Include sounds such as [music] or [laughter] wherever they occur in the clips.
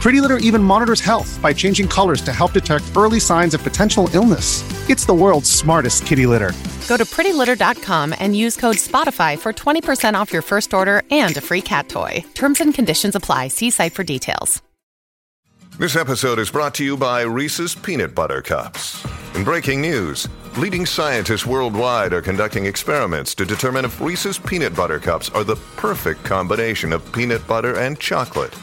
Pretty Litter even monitors health by changing colors to help detect early signs of potential illness. It's the world's smartest kitty litter. Go to prettylitter.com and use code Spotify for 20% off your first order and a free cat toy. Terms and conditions apply. See site for details. This episode is brought to you by Reese's Peanut Butter Cups. In breaking news, leading scientists worldwide are conducting experiments to determine if Reese's Peanut Butter Cups are the perfect combination of peanut butter and chocolate.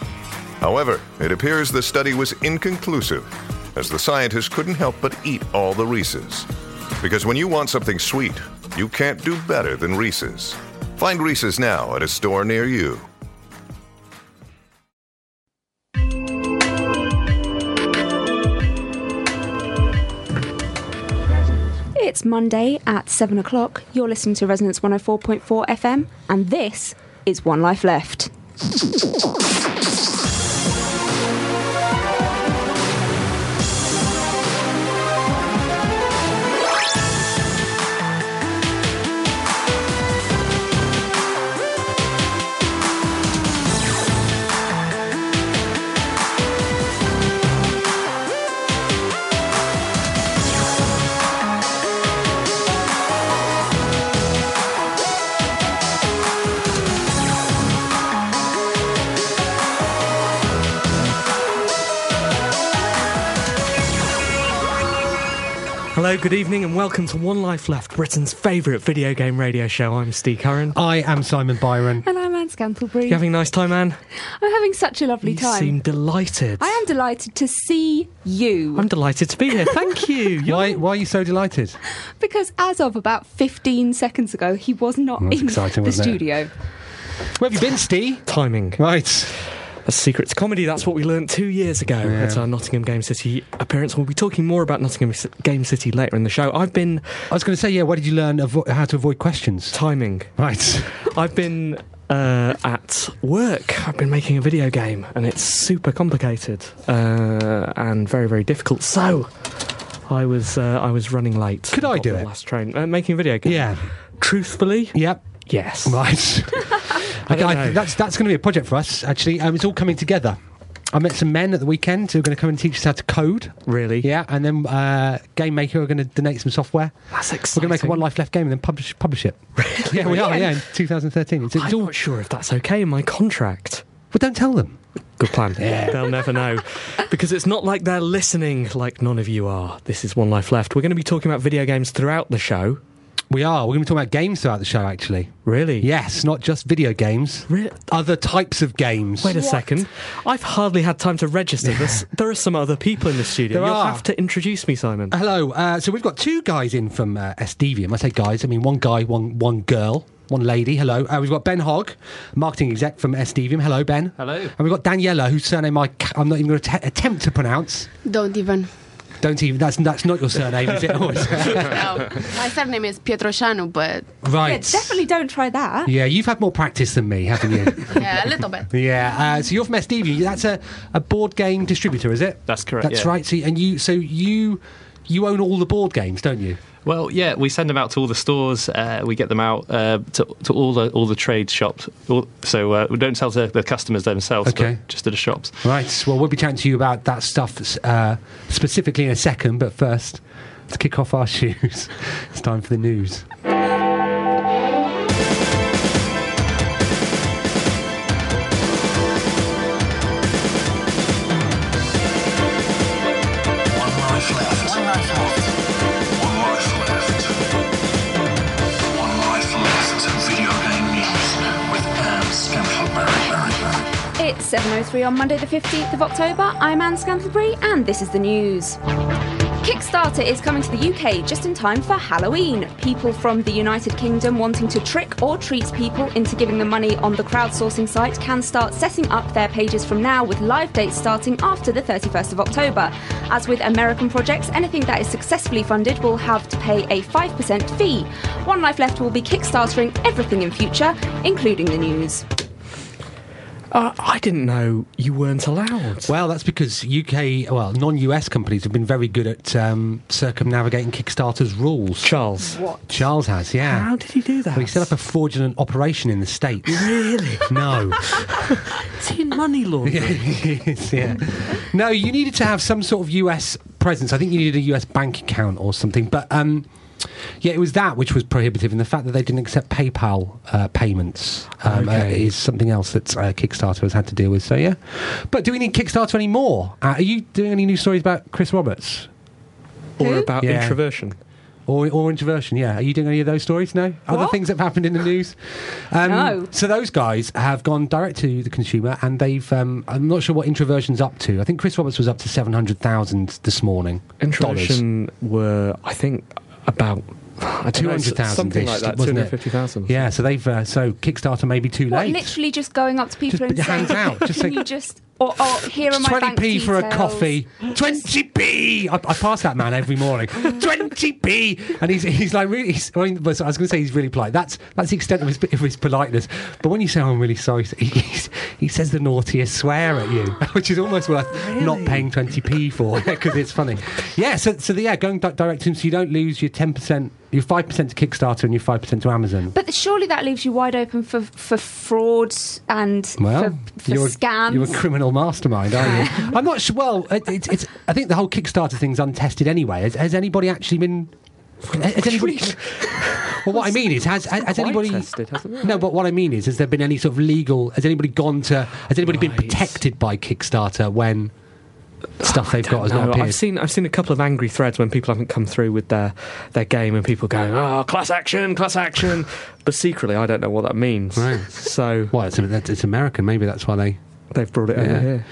However, it appears the study was inconclusive, as the scientists couldn't help but eat all the Reese's. Because when you want something sweet, you can't do better than Reese's. Find Reese's now at a store near you. It's Monday at 7 o'clock. You're listening to Resonance 104.4 FM, and this is One Life Left. Hello, good evening, and welcome to One Life Left, Britain's favourite video game radio show. I'm Steve Curran. I am Simon Byron. And I'm Anne Scantlebury. [laughs] You having a nice time, Anne? I'm having such a lovely you time. seem delighted. I am delighted to see you. I'm delighted to be here. Thank [laughs] you. You're- Why, why are you so delighted? because as of about 15 seconds ago, he was not That's in exciting, the wasn't it? studio. Where have you been, Steve? Timing. Right. That's secrets comedy. That's what we learnt two years ago Yeah. at our Nottingham Game City appearance. We'll be talking more about Nottingham C- Game City later in the show. I've been I was going to say, yeah, where did you learn avo- how to avoid questions? timing. Right. I've been uh, at work. I've been making a video game, and it's super complicated uh, and very, very difficult. So. I was uh, I was running late. Could I Got do the it? Last train. Uh, making a video game. Yeah. Truthfully, Yep. yes. [laughs] Right. I don't Okay, know. I, that's that's going to be a project for us, actually. Um, it's all coming together. I met some men at the weekend who are going to come and teach us how to code. Really? Yeah, and then uh, Game Maker are going to donate some software. That's We're exciting. going to make a One Life Left game and then publish publish [laughs] it. Yeah, we are. [laughs] Yeah, in 2013. It's, it's I'm all, not sure if that's okay in my contract. well, don't tell them. Good [laughs] plan. They'll never know. Because it's not like they're listening like none of you are. This is One Life Left. We're going to be talking about video games throughout the show. We are. We're going to be talking about games throughout the show, actually. Really? Yes, not just video games. Re- Other types of games. Wait a second. I've hardly had time to register [laughs] this. there are some other people in the studio. There You'll are. have to introduce me, Simon. Hello. Uh, so we've got two guys in from uh, SDVM. I say guys, I mean one guy, one one girl, one lady. Hello. Uh, we've got Ben Hogg, marketing exec from SDVM. Hello, Ben. Hello. And we've got Daniela, whose surname I ca- I'm not even going to attempt to pronounce. Don't even. Don't even. That's that's not your surname, is [laughs] it? Always. [laughs] No. My surname is Pietrosanu, but Yeah, right. definitely don't try that. Yeah, you've had more practice than me, haven't [laughs] you? yeah, a little bit. Yeah, uh, so you're from SDV. That's a, a board game distributor, is it? That's correct, That's yeah. right. So and you so you you own all the board games, don't you? Well, yeah, we send them out to all the stores. Uh, we get them out uh, to, to all the all the trade shops. All, so uh, we don't sell to the customers themselves, Okay. but just to the shops. Right. Well, we'll be chatting to you about that stuff uh, specifically in a second. But first, let's kick off our [laughs] shoes. it's time for the news. It's 7.03 on Monday the 15th of October. I'm Anne Scantlebury and this is the news. Kickstarter is coming to the UK just in time for Halloween. People from the United Kingdom wanting to trick or treat people into giving them money on the crowdsourcing site can start setting up their pages from now with live dates starting after the 31st of October. As with American projects, anything that is successfully funded will have to pay a 5% fee. One Life Left will be kickstartering everything in future, including the news. Uh, I didn't know you weren't allowed. Well, that's because UK, well, non-US companies have been very good at um, circumnavigating Kickstarter's rules. Charles, Charles has, yeah. how did he do that? Well, he set up a fraudulent operation in the states. really [laughs] no, [laughs] tin money laundering. Yes, yeah. [laughs] No, you needed to have some sort of US presence. I think you needed a US bank account or something. But um, yeah, it was that which was prohibitive, and the fact that they didn't accept PayPal uh, payments um, uh, Okay. is something else that uh, Kickstarter has had to deal with. So yeah. But do we need Kickstarter anymore? Uh, are you doing any new stories about Chris Roberts Or about Yeah. introversion. or, or introversion? Yeah. Are you doing any of those stories? No. Other What? things that have happened in the news. Um, No. So those guys have gone direct to the consumer, and they've. Um, I'm not sure what Introversion's up to. I think Chris Roberts was up to seven hundred thousand this morning. Dollars. Introversion were, I think, about I don't know, 200,000 something -ish, like that, two wasn't it? hundred fifty thousand. Yeah, so they've uh, so Kickstarter may be too What, late. literally just going up to people Just and put your saying, hands out, just "Can say- you just or, or here are my Twenty bank p for a details." coffee. Twenty p. I, I pass that man [laughs] every morning. Twenty p. And he's he's like really. He's, I, mean, but I was going to say he's really polite. That's that's the extent of his, of his politeness. But when you say oh, I'm really sorry, he, he's, he says the naughtiest swear at you, [laughs] which is almost worth not paying twenty p for [laughs] because it's funny. Yeah. So so the, yeah, going di- direct to him so you don't lose your ten percent, your five percent to Kickstarter and your five percent to Amazon. But surely that leaves you wide open for for fraud and Well, for, for you're, scams. you're a criminal mastermind, aren't [laughs] you? I'm not sure. Well, it, it's it's. I think the whole Kickstarter thing's untested anyway. Has, has anybody actually been? Has anybody? [laughs] well, what I mean is, has has, has anybody? tested, hasn't it? No, but what I mean is, has there been any sort of legal? Has anybody gone to? Has anybody been Right. protected by Kickstarter when stuff they've got has not No, appeared? I've seen I've seen a couple of angry threads when people haven't come through with their their game and people going, "Oh, class action, class action," but secretly I don't know what that means. Right. So Well, it's, that's- it's American. Maybe that's why they. they've brought it over Yeah. here.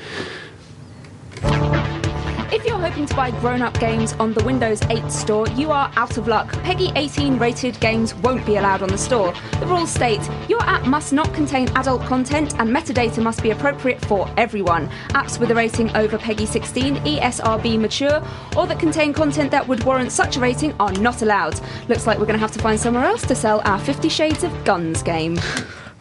If you're hoping to buy grown up games on the Windows 8 store, you are out of luck. PEGI 18 rated games won't be allowed on the store. The rules state your app must not contain adult content and metadata must be appropriate for everyone. Apps with a rating over E PEGI 16, ESRB mature, or that contain content that would warrant such a rating are not allowed. Looks like we're going to have to find somewhere else to sell our Fifty Shades of Guns game.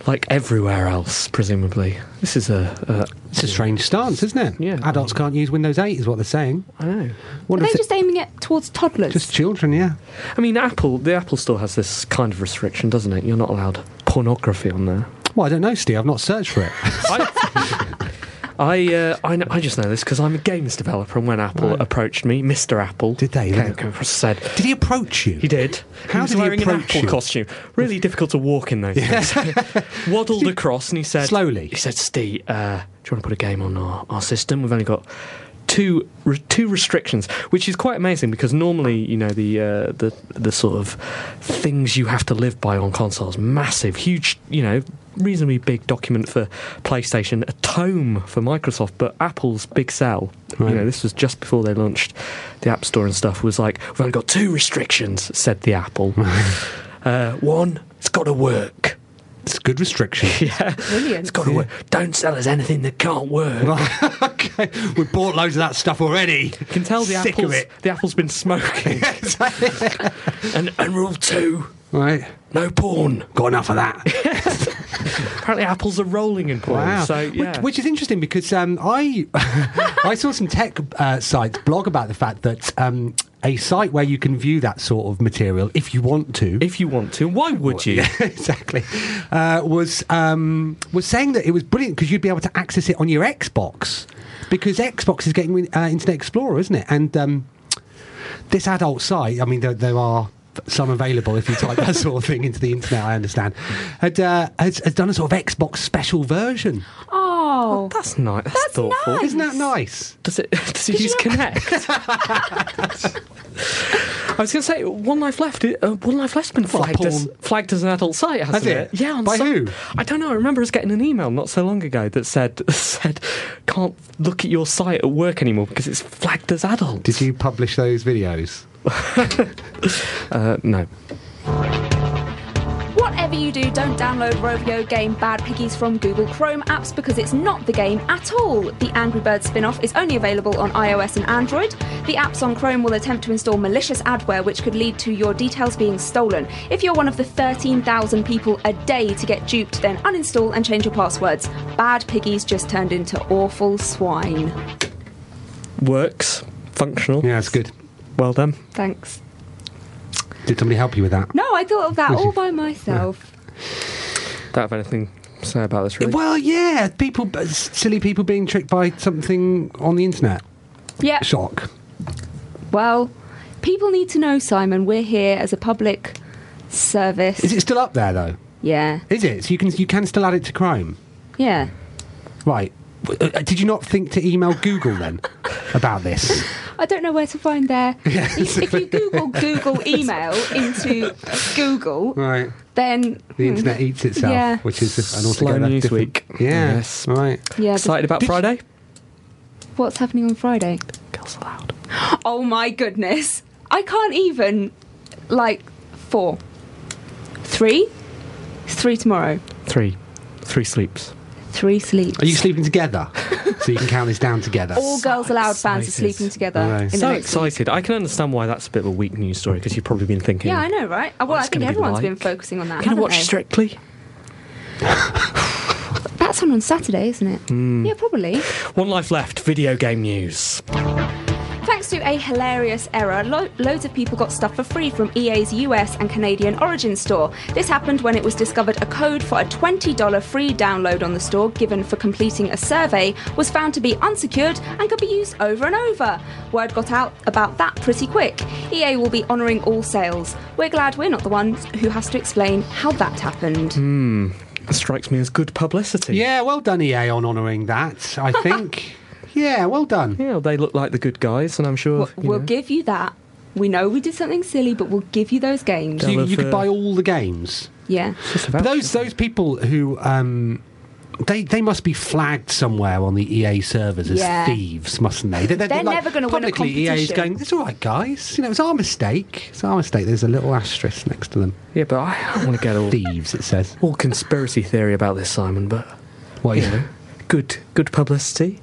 Like everywhere else, presumably. This is a, It's a strange stance, isn't it? Yeah. Adults can't use Windows 8, is what they're saying. a I know. Are Wonder they if just aiming it towards toddlers? just children, yeah. I mean, Apple. The Apple Store has this kind of restriction, doesn't it? You're not allowed pornography on there. Well, I don't know, Steve. I've not searched for it. [laughs] I uh, I, know, I just know this because I'm a games developer, and when Apple approached me, Mr. Apple, Did they? came- came across and said Did he approach you? he did. How he was did he wearing an approach Apple you? costume. Really difficult to walk in those [laughs] things. [laughs] Waddled across, and he said Slowly? He said, "Steve, uh, do you want to put a game on our, our system? We've only got." Two re- two restrictions, which is quite amazing because normally you know the uh, the the sort of things you have to live by on consoles, massive, huge, you know, reasonably big document for PlayStation, a tome for Microsoft, but Apple's big sell. Right. You know, this was just before they launched the App Store and stuff. Was like, we've only got two restrictions," said the [laughs] Apple. uh, one, it's got to work. It's a good restriction. [laughs] Brilliant. It's got to work. Don't sell us anything that can't work. [laughs] okay, we bought loads of that stuff already. You can tell the Sick of apple's it. the apple's been [laughs] smoking. and, and rule two, Right, no porn. got enough of [laughs] that. Apparently, apples are rolling in porn. So yeah, which, which is interesting because um, I [laughs] I saw some tech uh, sites blog about the fact that um, a site where you can view that sort of material if you want to. if you want to, why would you? [laughs] exactly. Uh, was um, was saying that it was brilliant because you'd be able to access it on your Xbox because Xbox is getting uh, Internet Explorer, isn't it? And um, this adult site, I mean, there, there are some available if you type that [laughs] sort of thing into the internet. I understand. Had uh, has, has done a sort of Xbox special version. Oh. That's nice. That's, thoughtful. nice. Isn't that nice? Does it? [laughs] Does it use [laughs] Connect? I was going to say One Life Left. Uh, One Life Left's been What, flagged as, porn? flagged as an adult site, hasn't Has it? Yeah. On By some- who? I don't know. I remember us getting an email not so long ago that said [laughs] said can't look at your site at work anymore because it's flagged as adult. [laughs] Did you publish those videos? Uh, no. What Whatever you do, don't download Rovio game Bad Piggies from Google Chrome apps because it's not the game at all. The Angry Birds spin off is only available on iOS and Android. The apps on Chrome will attempt to install malicious adware, which could lead to your details being stolen. If you're one of the 13,000 people a day to get duped, then uninstall and change your passwords. Bad Piggies just turned into awful swine. Works, functional. Yeah, that's good. Well done. Thanks. Did somebody help you with that? No, I thought of that all by myself. Don't have anything to say about this, really. Well, yeah, people, silly people being tricked by something on the internet. Yeah. Shock. Well, people need to know, Simon, we're here as a public service. Is it still up there though? Yeah. Is it? So you can you can still add it to Chrome, Yeah. right? Uh, uh, Did you not think to email Google then [laughs] about this? I don't know where to find [laughs] their. If, if you Google Google email into Google, Right. then The internet eats itself, Yeah. which is an Slow altogether news different- week. Yeah. Yes. Right. yeah. but Excited about Did you- Friday? What's happening on Friday? Girls allowed. Oh my goodness! I can't even. Like four, three, three tomorrow, Three. Three sleeps. three sleeps. Are you sleeping together? so you can count this down together. All girls allowed bands excited. are sleeping together. I know. in the so next week. excited. I can understand why that's a bit of a weak news story because you've probably been thinking. Yeah, I know, right? Uh, Well, I Oh, it's think gonna be everyone's like- been focusing on that. Can I haven't watch they? Strictly? That's on on Saturday, isn't it? Yeah, probably. One Life Left video game news. Thanks to a hilarious error, lo- loads of people got stuff for free from E EA's US and Canadian origin store. This happened when it was discovered a code for a $20 free download on the store given for completing a survey was found to be unsecured and could be used over and over. Word got out about that pretty quick. EA will be honouring all sales. We're glad we're not the ones who has to explain how that happened. Strikes me as good publicity. Yeah, well done, EA, on honouring that. I think. yeah, well done. Yeah, they look like the good guys, and I'm sure. We'll, you we'll know, give you that. We know we did something silly, but we'll give you those games. So you, Dollar you could for- buy all the games. Yeah. just But about- those those people who um, they they must be flagged somewhere on the EA servers as Yeah. thieves, mustn't they? They- They're, They're never gonna win a publicly EA is competition. going. It's all right, guys. You know, it's our mistake. It's our mistake. There's a little asterisk next to them. Yeah, but I don't want to [laughs] get all, Thieves, it says. all conspiracy theory about this, Simon. But Well, you know, good good publicity.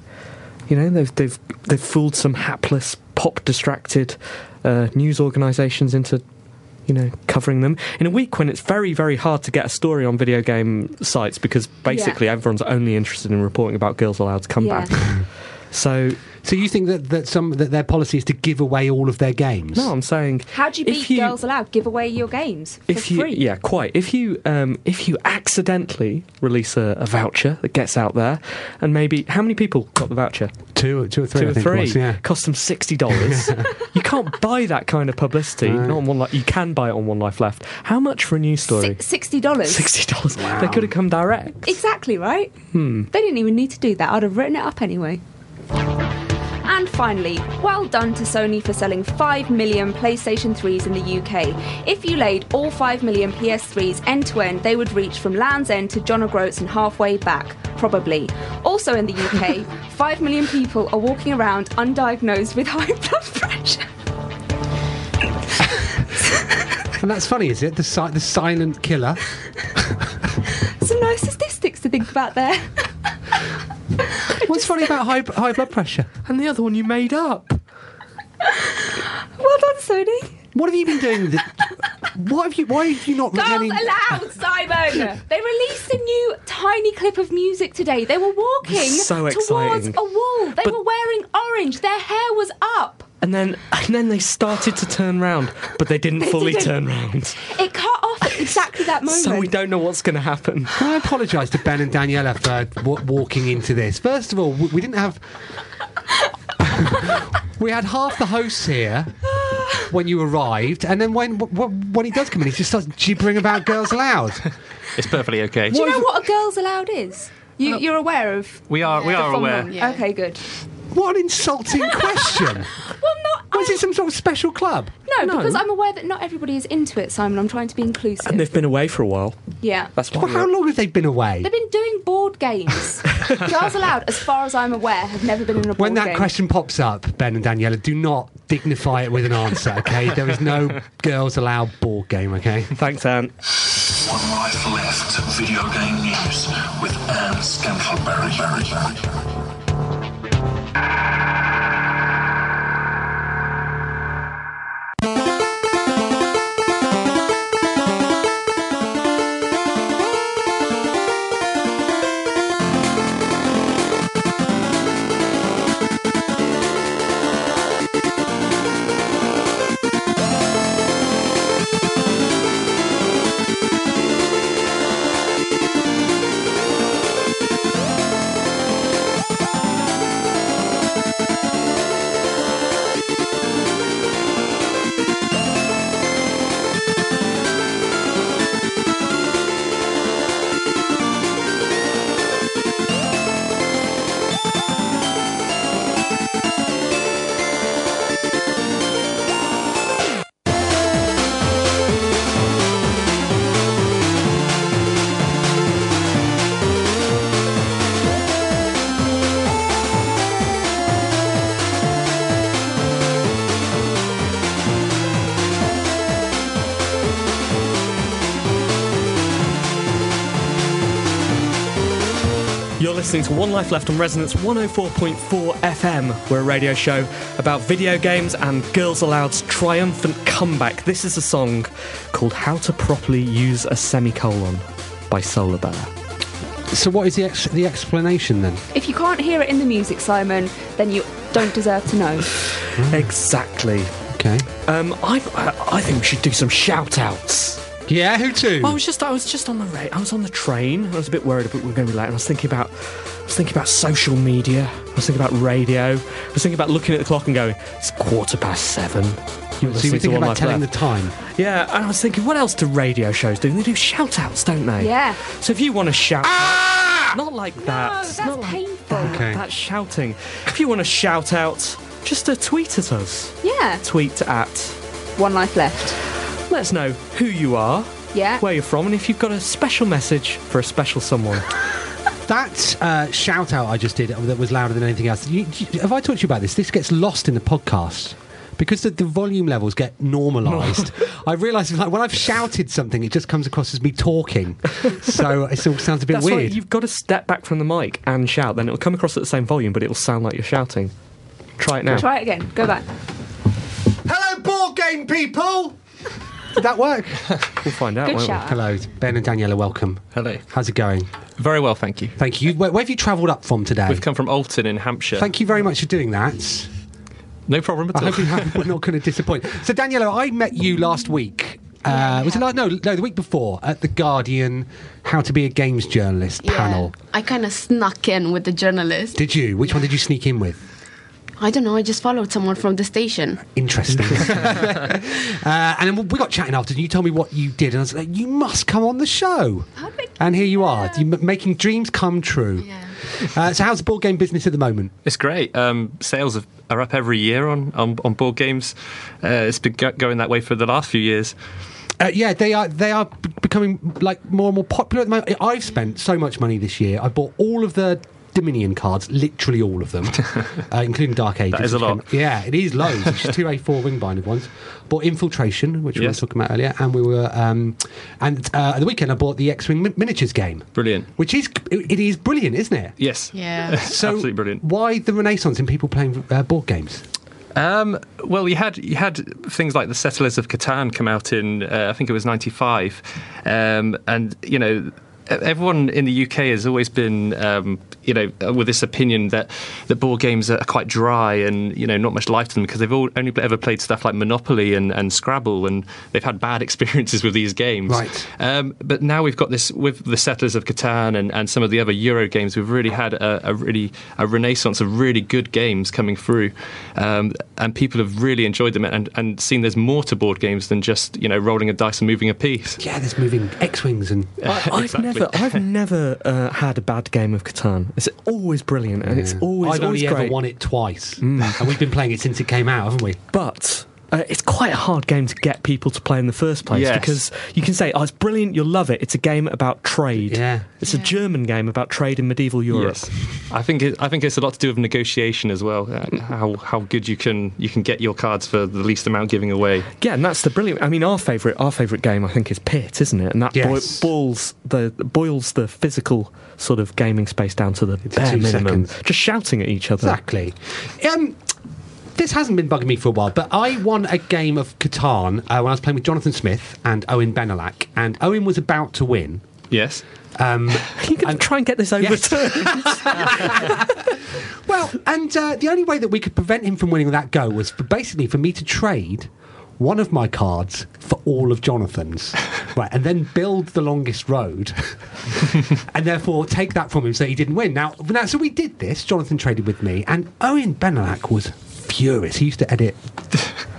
You know, they've they've they've fooled some hapless, pop distracted uh, news organisations into you know covering them in a week when it's very very hard to get a story on video game sites because basically everyone's only interested in reporting about girls allowed's comeback. [laughs] So So you think that, that some that their policy is to give away all of their games? no, I'm saying How do you if beat Girls Allowed? Give away your games for if you free. yeah quite if you um, if you accidentally release a, a voucher that gets out there and maybe how many people got the voucher two, two or three. two I or think it three was, yeah. cost them sixty [laughs] dollars you can't buy that kind of publicity not on one life you can buy it on one life left how much for a news story Si- Sixty dollars. sixty dollars they could have come direct Exactly right. Hmm. They didn't even need to do that. I'd have written it up anyway. And finally, well done to Sony for selling 5 million PlayStation 3s in the UK. If you laid all 5 million PS3s end to end, they would reach from Land's End to John O'Groats and halfway back, probably. Also in the [laughs] UK, 5 million people are walking around undiagnosed with high blood pressure. And that's funny, is it? The si- the silent killer. Some nice statistics to think about there. What's funny about [laughs] high high blood pressure? and the other one you made up Well done, Sony. What have you been doing? That, what have you? Why have you not Girls written any? [laughs] allowed, Simon. they released a new tiny clip of music today. They were walking So towards exciting. a wall. They But- were wearing orange. Their hair was up. and then and then they started to turn round but they didn't fully didn't. turn round It cut off at exactly that moment. so we don't know what's going to happen Can I apologise to Ben and Daniela for w- walking into this? First of all, we, we didn't have. [laughs] we had half the hosts here when you arrived, and then when w- w- when he does come in, he just starts gibbering about girls aloud. It's perfectly okay. Do you know what a girls allowed is? You, you're aware of. We are we are aware. phenomenon, yeah. Okay, good. What an insulting question! Well, not. Was I- it some sort of special club? no, because I'm aware that not everybody is into it, Simon. I'm trying to be inclusive. and they've been away for a while yeah. that's why Well, how long have they been away? They've been doing board [laughs] games. girls allowed, as far as I'm aware, have never been in a board When that game. question pops up, Ben and Daniela, do not [laughs] dignify it with an answer, okay? there is no girls allowed board game, okay? Thanks, Anne. It's One Life Left Video Game News with Anne Scantleberry. Berry, Berry. You're listening to One oh Life Left on Resonance 104.4 FM. We're a radio show about video games and Girls Aloud's triumphant comeback. This is a song called How to Properly Use a Semicolon by Solar Bear. So what is the ex- the explanation then? If you can't hear it in the music, Simon, then you don't deserve to know. Exactly. Okay. Um, I, I think we should do some shout outs. Yeah, who to? I was just I was just on the ra- I was on the train. I was a bit worried about we were going to be late. And I was thinking about I was thinking about social media. I was thinking about radio. I was thinking about looking at the clock and going, it's quarter past seven. You're so you listening were to thinking One about Life telling Left. the time. Yeah, and I was thinking, what else do radio shows do? They do shout outs, don't they? Yeah. So if you want to shout. Not like that. No, that's not like painful. that. Okay. That's shouting. If you want to shout out, just uh, tweet at us. Yeah. Tweet at. One life left. Let us know who you are, Yeah. where you're from, and if you've got a special message for a special [laughs] someone. That uh, shout out I just did that was louder than anything else. You, you- have I talked to you about this? This gets lost in the podcast because the, the volume levels [laughs] get normalised. I realise like when I've shouted something, it just comes across as me talking. so it all sounds a bit That's weird. right. You've got to step back from the mic and shout. Then it'll come across at the same volume, but it'll sound like you're shouting. Try it now. Try it again. Go back. Hello, board game people. Did that work? We'll find out. Good won't shout. Hello, Ben and Daniela. Welcome. Hello. How's it going? Very well, thank you. Thank you. Where, where have you travelled up from today? We've come from Alton in Hampshire. Thank you very much for doing that. No problem at I all. hope you [laughs] have, we're not going to disappoint. So, Daniela, I met you last week. Uh, was it like no, no, the week before at the Guardian How to Be a Games Journalist Yeah. panel? I kind of snuck in with the journalist. Did you? Which one did you sneak in with? I don't know. I just followed someone from the station. Interesting. [laughs] uh, and then we got chatting after, and you told me what you did, and I was like, "You must come on the show." Perfect. And here you are, you m- making dreams come true. Yeah. Uh, so, how's the board game business at the moment? It's great. Um, sales have- are up every year on, on, on board games. Uh, it's been go- going that way for the last few years. Uh, yeah, they are they are b- becoming like more and more popular at the moment. I've spent so much money this year. I bought all of the Dominion cards, literally all of them, uh, including Dark Ages. is a which lot. came- yeah, it is loads. It's just two A4 wing binded ones. Bought Infiltration, which we were Yes. talking about earlier, and we were um, and uh, at the weekend I bought the X Wing min- miniatures game, Brilliant. which is it it is brilliant, isn't it? Yes. [laughs] Yeah. So Absolutely brilliant. Why the renaissance in people playing uh, board games? Um, well, you had you had things like the Settlers of Catan come out in uh, I think it was '95, um, and you know. e- Everyone in the UK has always been, um, you know, uh, with this opinion that, that board games are quite dry and you know not much life to them because they've all only ever played stuff like Monopoly and, and Scrabble and they've had bad [laughs] experiences with these games. Right. Um, but now we've got this with the Settlers of Catan and, and some of the other Euro games. We've really had a, a really a renaissance of really good games coming through, um, and people have really enjoyed them and, and seen there's more to board games than just you know rolling a dice and moving a piece. Yeah, there's moving X Wings and [laughs] I, I've Exactly. never, I've never uh, had a bad game of Catan. It's always brilliant, and it's always, I've always only great. ever won it twice, and we've been playing it since it came out, haven't we? But uh, it's quite a hard game to get people to play in the first place Yes. because you can say, "Oh, it's brilliant, you'll love it." It's a game about trade. Yeah. it's a German game about trade in medieval Europe. Yes, I think it, I think it's a lot to do with negotiation as well. uh, How how good you can you can get your cards for the least amount giving away. Yeah, and that's the brilliant. I mean, our favorite, our favorite game, I think, is Pit, isn't it? And that Yes. boi- boils the boils the physical sort of gaming space down to the bare two minimum. seconds. Just shouting at each other. Exactly. Um, this hasn't been bugging me for a while, but I won a game of Catan uh, when I was playing with Jonathan Smith and Owen Benelak, and Owen was about to win. [laughs] Yes, Um, You can try and get this overturned. well, and uh, the only way that we could prevent him from winning that go was for basically for me to trade one of my cards for all of Jonathan's, [laughs] right, and then build the longest road, and therefore take that from him so he didn't win. Now, now, so we did this. Jonathan traded with me, and Owen Benelak was furious. He used to [laughs] edit.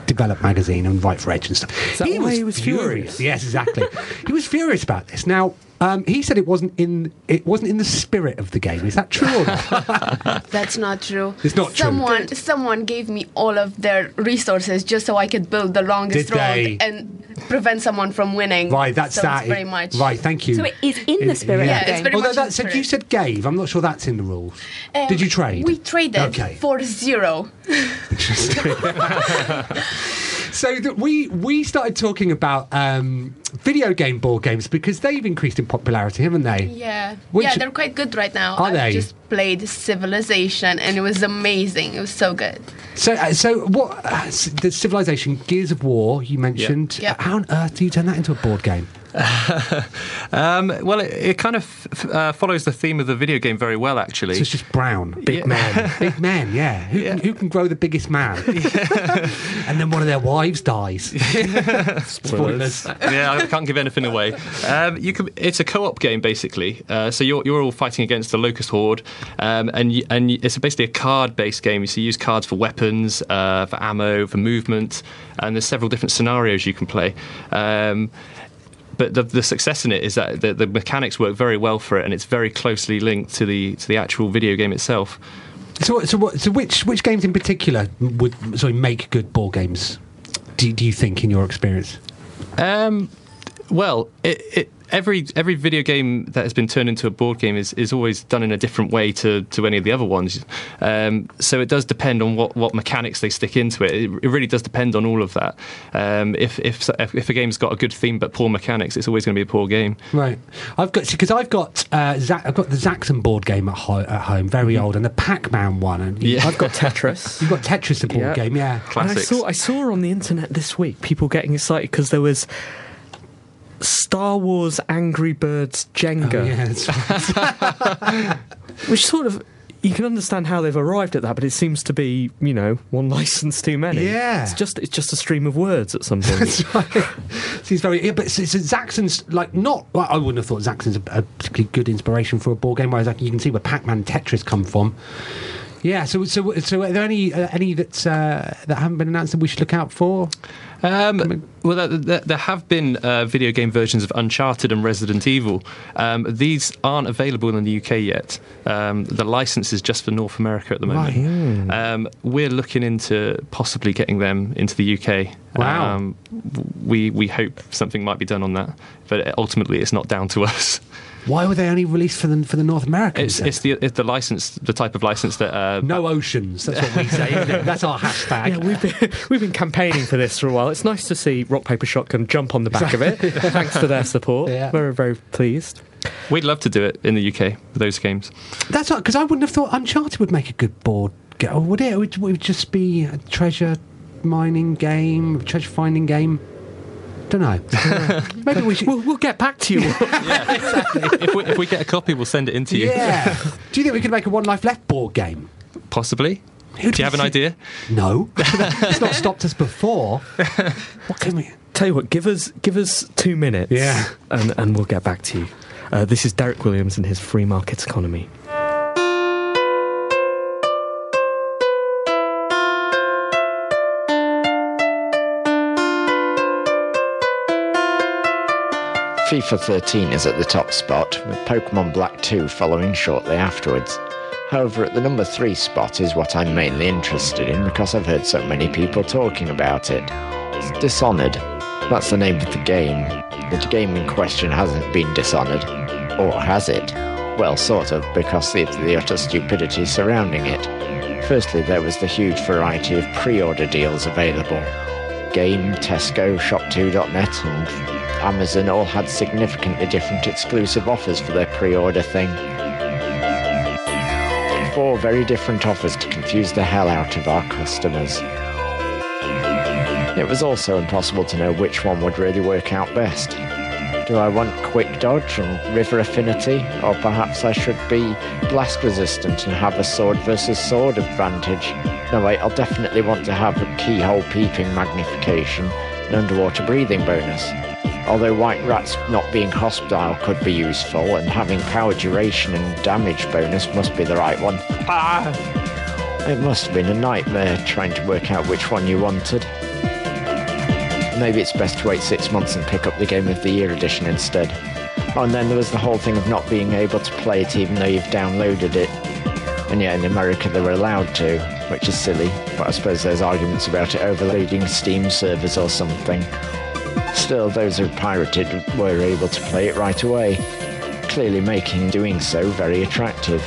Develop magazine and write for Edge and stuff. that why he was furious? Yes, exactly. he was furious about this. Now, um, he said it wasn't in it wasn't in the spirit of the game. Is that true or not? That's not true. [laughs] It's not true. someone, Someone gave me all of their resources just so I could build the longest Did they? road and prevent someone from winning. Right, that's so that. It's very much. Right, thank you. So it is in the spirit Yeah, of the it's game. very Although much in that the said, spirit. you said gave. I'm not sure that's in the rules. Um, Did you trade? We traded Okay. for zero. [laughs] so that we we started talking about um, video game board games because they've increased in popularity, haven't they? Yeah. Which- yeah, they're quite good right now. Are I they? just played Civilization and it was amazing. It was so good. So uh, so what? Uh, s- the Civilization Gears of War you mentioned. Yeah. Uh, How on earth do you turn that into a board game? um, well, it, it kind of f- uh, follows the theme of the video game very well, actually. So it's just brown. Big Yeah. man. Big man, yeah. Who, Can, who can grow the biggest man? and then one of their wives dies. [laughs] Spoilers. yeah, I can't give anything away. Um, you can, it's a co-op game basically. Uh, so you're, you're all fighting against the Locust Horde, um, and you, and you, it's basically a card-based game. So you use cards for weapons, uh, for ammo, for movement, and there's several different scenarios you can play. Um, but the, the success in it is that the, the mechanics work very well for it, and it's very closely linked to the to the actual video game itself. So, what- so, what, so which which games in particular would sorry make good ball games? Do, do you think in your experience? Um, well, it, it, every every video game that has been turned into a board game is, is always done in a different way to, to any of the other ones. Um, so it does depend on what, what mechanics they stick into it. It it really does depend on all of that. Um, if, if if a game's got a good theme but poor mechanics, it's always going to be a poor game. Right, I've got because I've got uh, Za I've got the Zaxxon board game at, ho- at home, very old, and the Pac Man one, and you- Yeah. I've got Tetris. [laughs] you've got Tetris the board Yeah. game, yeah. And [laughs] Classics. I saw I saw on the internet this week people getting excited because there was Star Wars Angry Birds Jenga, Oh, yeah, that's right. [laughs] which sort of you can understand how they've arrived at that, but it seems to be you know one [laughs] license too many. Yeah. it's just it's just a stream of words at some point. [laughs] That's right. So he's very, yeah, but so, so Zaxxon's like not. Well, I wouldn't have thought Zaxxon's a, a particularly good inspiration for a board game. Whereas like, you can see where Pac Man Tetris come from. Yeah. So, so, so are there any uh, any that uh, that haven't been announced that we should look out for? Um, well, there, there, there have been uh, video game versions of Uncharted and Resident Evil. Um, these aren't available in the UK yet. Um, the license is just for North America at the Right. moment. Um, we're looking into possibly getting them into the UK. Wow. Um, w- we we hope something might be done on that, but ultimately it's not down to [laughs] us. Why were they only released for the for the North Americans? It's, then? it's the it's the license, the type of license that uh, no oceans. That's what we say. isn't it? That's our hashtag. Yeah, we've been, [laughs] we've been campaigning for this for a while. It's nice to see Rock Paper Shotgun jump on the back of it. [laughs] Thanks for their support. Yeah. We're very pleased. we'd love to do it in the UK for those games. That's because I wouldn't have thought Uncharted would make a good board game, or would it? It would, it would just be a treasure mining game, treasure finding game. Don't know. [laughs] Maybe we should. We'll, we'll get back to [laughs] you. if, we, if we get a copy, we'll send it in to you. Yeah. Do you think we could make a One Life Left board game? Possibly. Who Do you have an we- idea? [laughs] No. it's not stopped us before. What can we? Tell you what, give us give us two minutes. Yeah. and and we'll get back to you. Uh, this is Derek Williams and his free market economy. FIFA 13 is at the top spot, with Pokemon Black 2 following shortly afterwards. However, at the number three spot is what I'm mainly interested in because I've heard so many people talking about it. It's Dishonored. That's the name of the game. The game in question hasn't been dishonored. Or has it? Well, sort of, because of the utter stupidity surrounding it. Firstly, there was the huge variety of pre order deals available. Game, Tesco, Shop2.net, and Amazon all had significantly different exclusive offers for their pre order thing four very different offers to confuse the hell out of our customers. It was also impossible to know which one would really work out best. Do I want Quick Dodge and River Affinity, or perhaps I should be blast resistant and have a sword versus sword advantage? No, wait, I'll definitely want to have a keyhole peeping magnification and underwater breathing bonus. Although white rats not being hostile could be useful, and having power duration and damage bonus must be the right one. It must have been a nightmare trying to work out which one you wanted. Maybe it's best to wait six months and pick up the Game of the Year edition instead. Oh, and then there was the whole thing of not being able to play it even though you've downloaded it. And yet in America they're allowed to, which is silly, but I suppose there's arguments about it overloading Steam servers or something. Still, those who pirated were able to play it right away, clearly making doing so very attractive.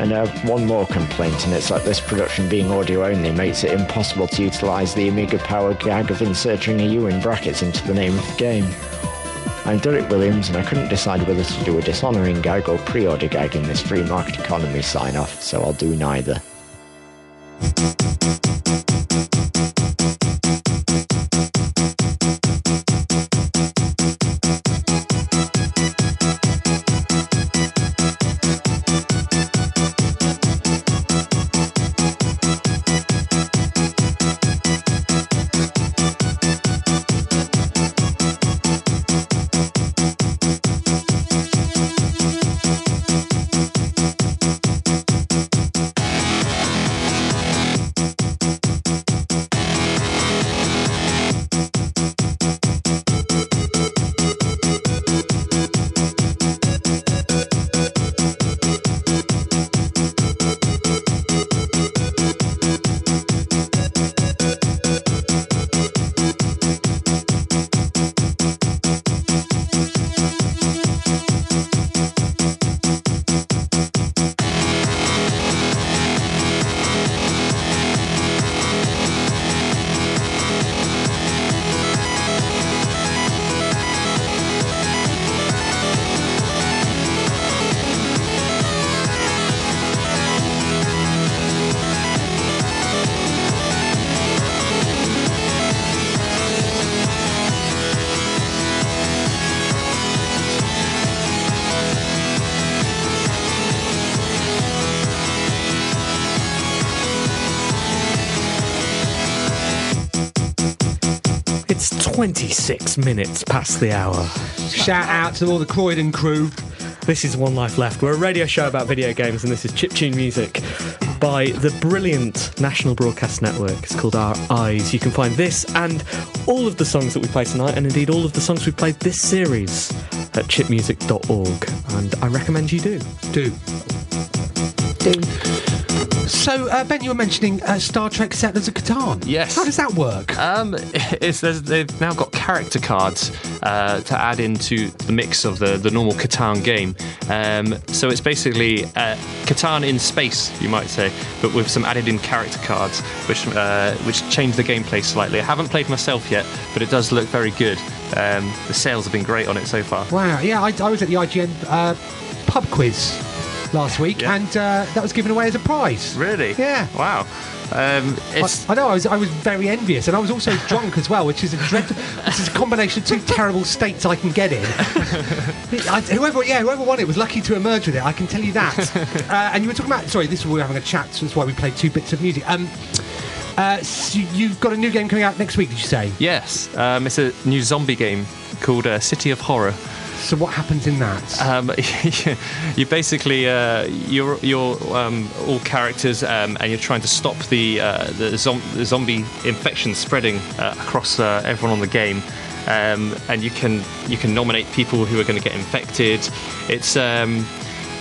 And uh, one more complaint, and it's like this production being audio only makes it impossible to utilise the Amiga power gag of inserting a U in brackets into the name of the game. I'm Derek Williams, and I couldn't decide whether to do a dishonouring gag or pre order gag in this free market economy sign off, so I'll do neither. It's 26 minutes past the hour. Shout out to all the Croydon crew. This is One Life Left. We're a radio show about video games, and this is chiptune music by the brilliant National Broadcast Network. It's called Our Eyes. You can find this and all of the songs that we play tonight, and indeed all of the songs we played this series at chipmusic.org. And I recommend you do. Do. So, uh, Ben, you were mentioning uh, Star Trek Settlers of Catan. Yes. How does that work? Um, it's, there's, they've now got character cards uh, to add into the mix of the, the normal Catan game. Um, so it's basically uh, Catan in space, you might say, but with some added in character cards, which uh, which change the gameplay slightly. I haven't played myself yet, but it does look very good. Um, the sales have been great on it so far. Wow. Yeah, I, I was at the IGN uh, pub quiz last week, Yeah. and uh, that was given away as a prize. Really? Yeah. Wow. Um, it's. I, I know. I was, I was very envious, and I was [laughs] also drunk as well, which is a dreadful. this is a combination of two terrible states I can get [laughs] in. I, whoever, yeah, whoever won it was lucky to emerge with it. I can tell you [laughs] that. uh, and you were talking about. Sorry, this is we were having a chat. So that's why we played two bits of music. Um, uh, so you've got a new game coming out next week, did you say? Yes, um, it's a new zombie game called uh, City of Horror. So what happens in that? Um, [laughs] you basically uh, you're you're um, all characters, um, and you're trying to stop the uh, the, zom- the zombie infection spreading uh, across uh, everyone on the game. Um, and you can you can nominate people who are going to get infected. It's um,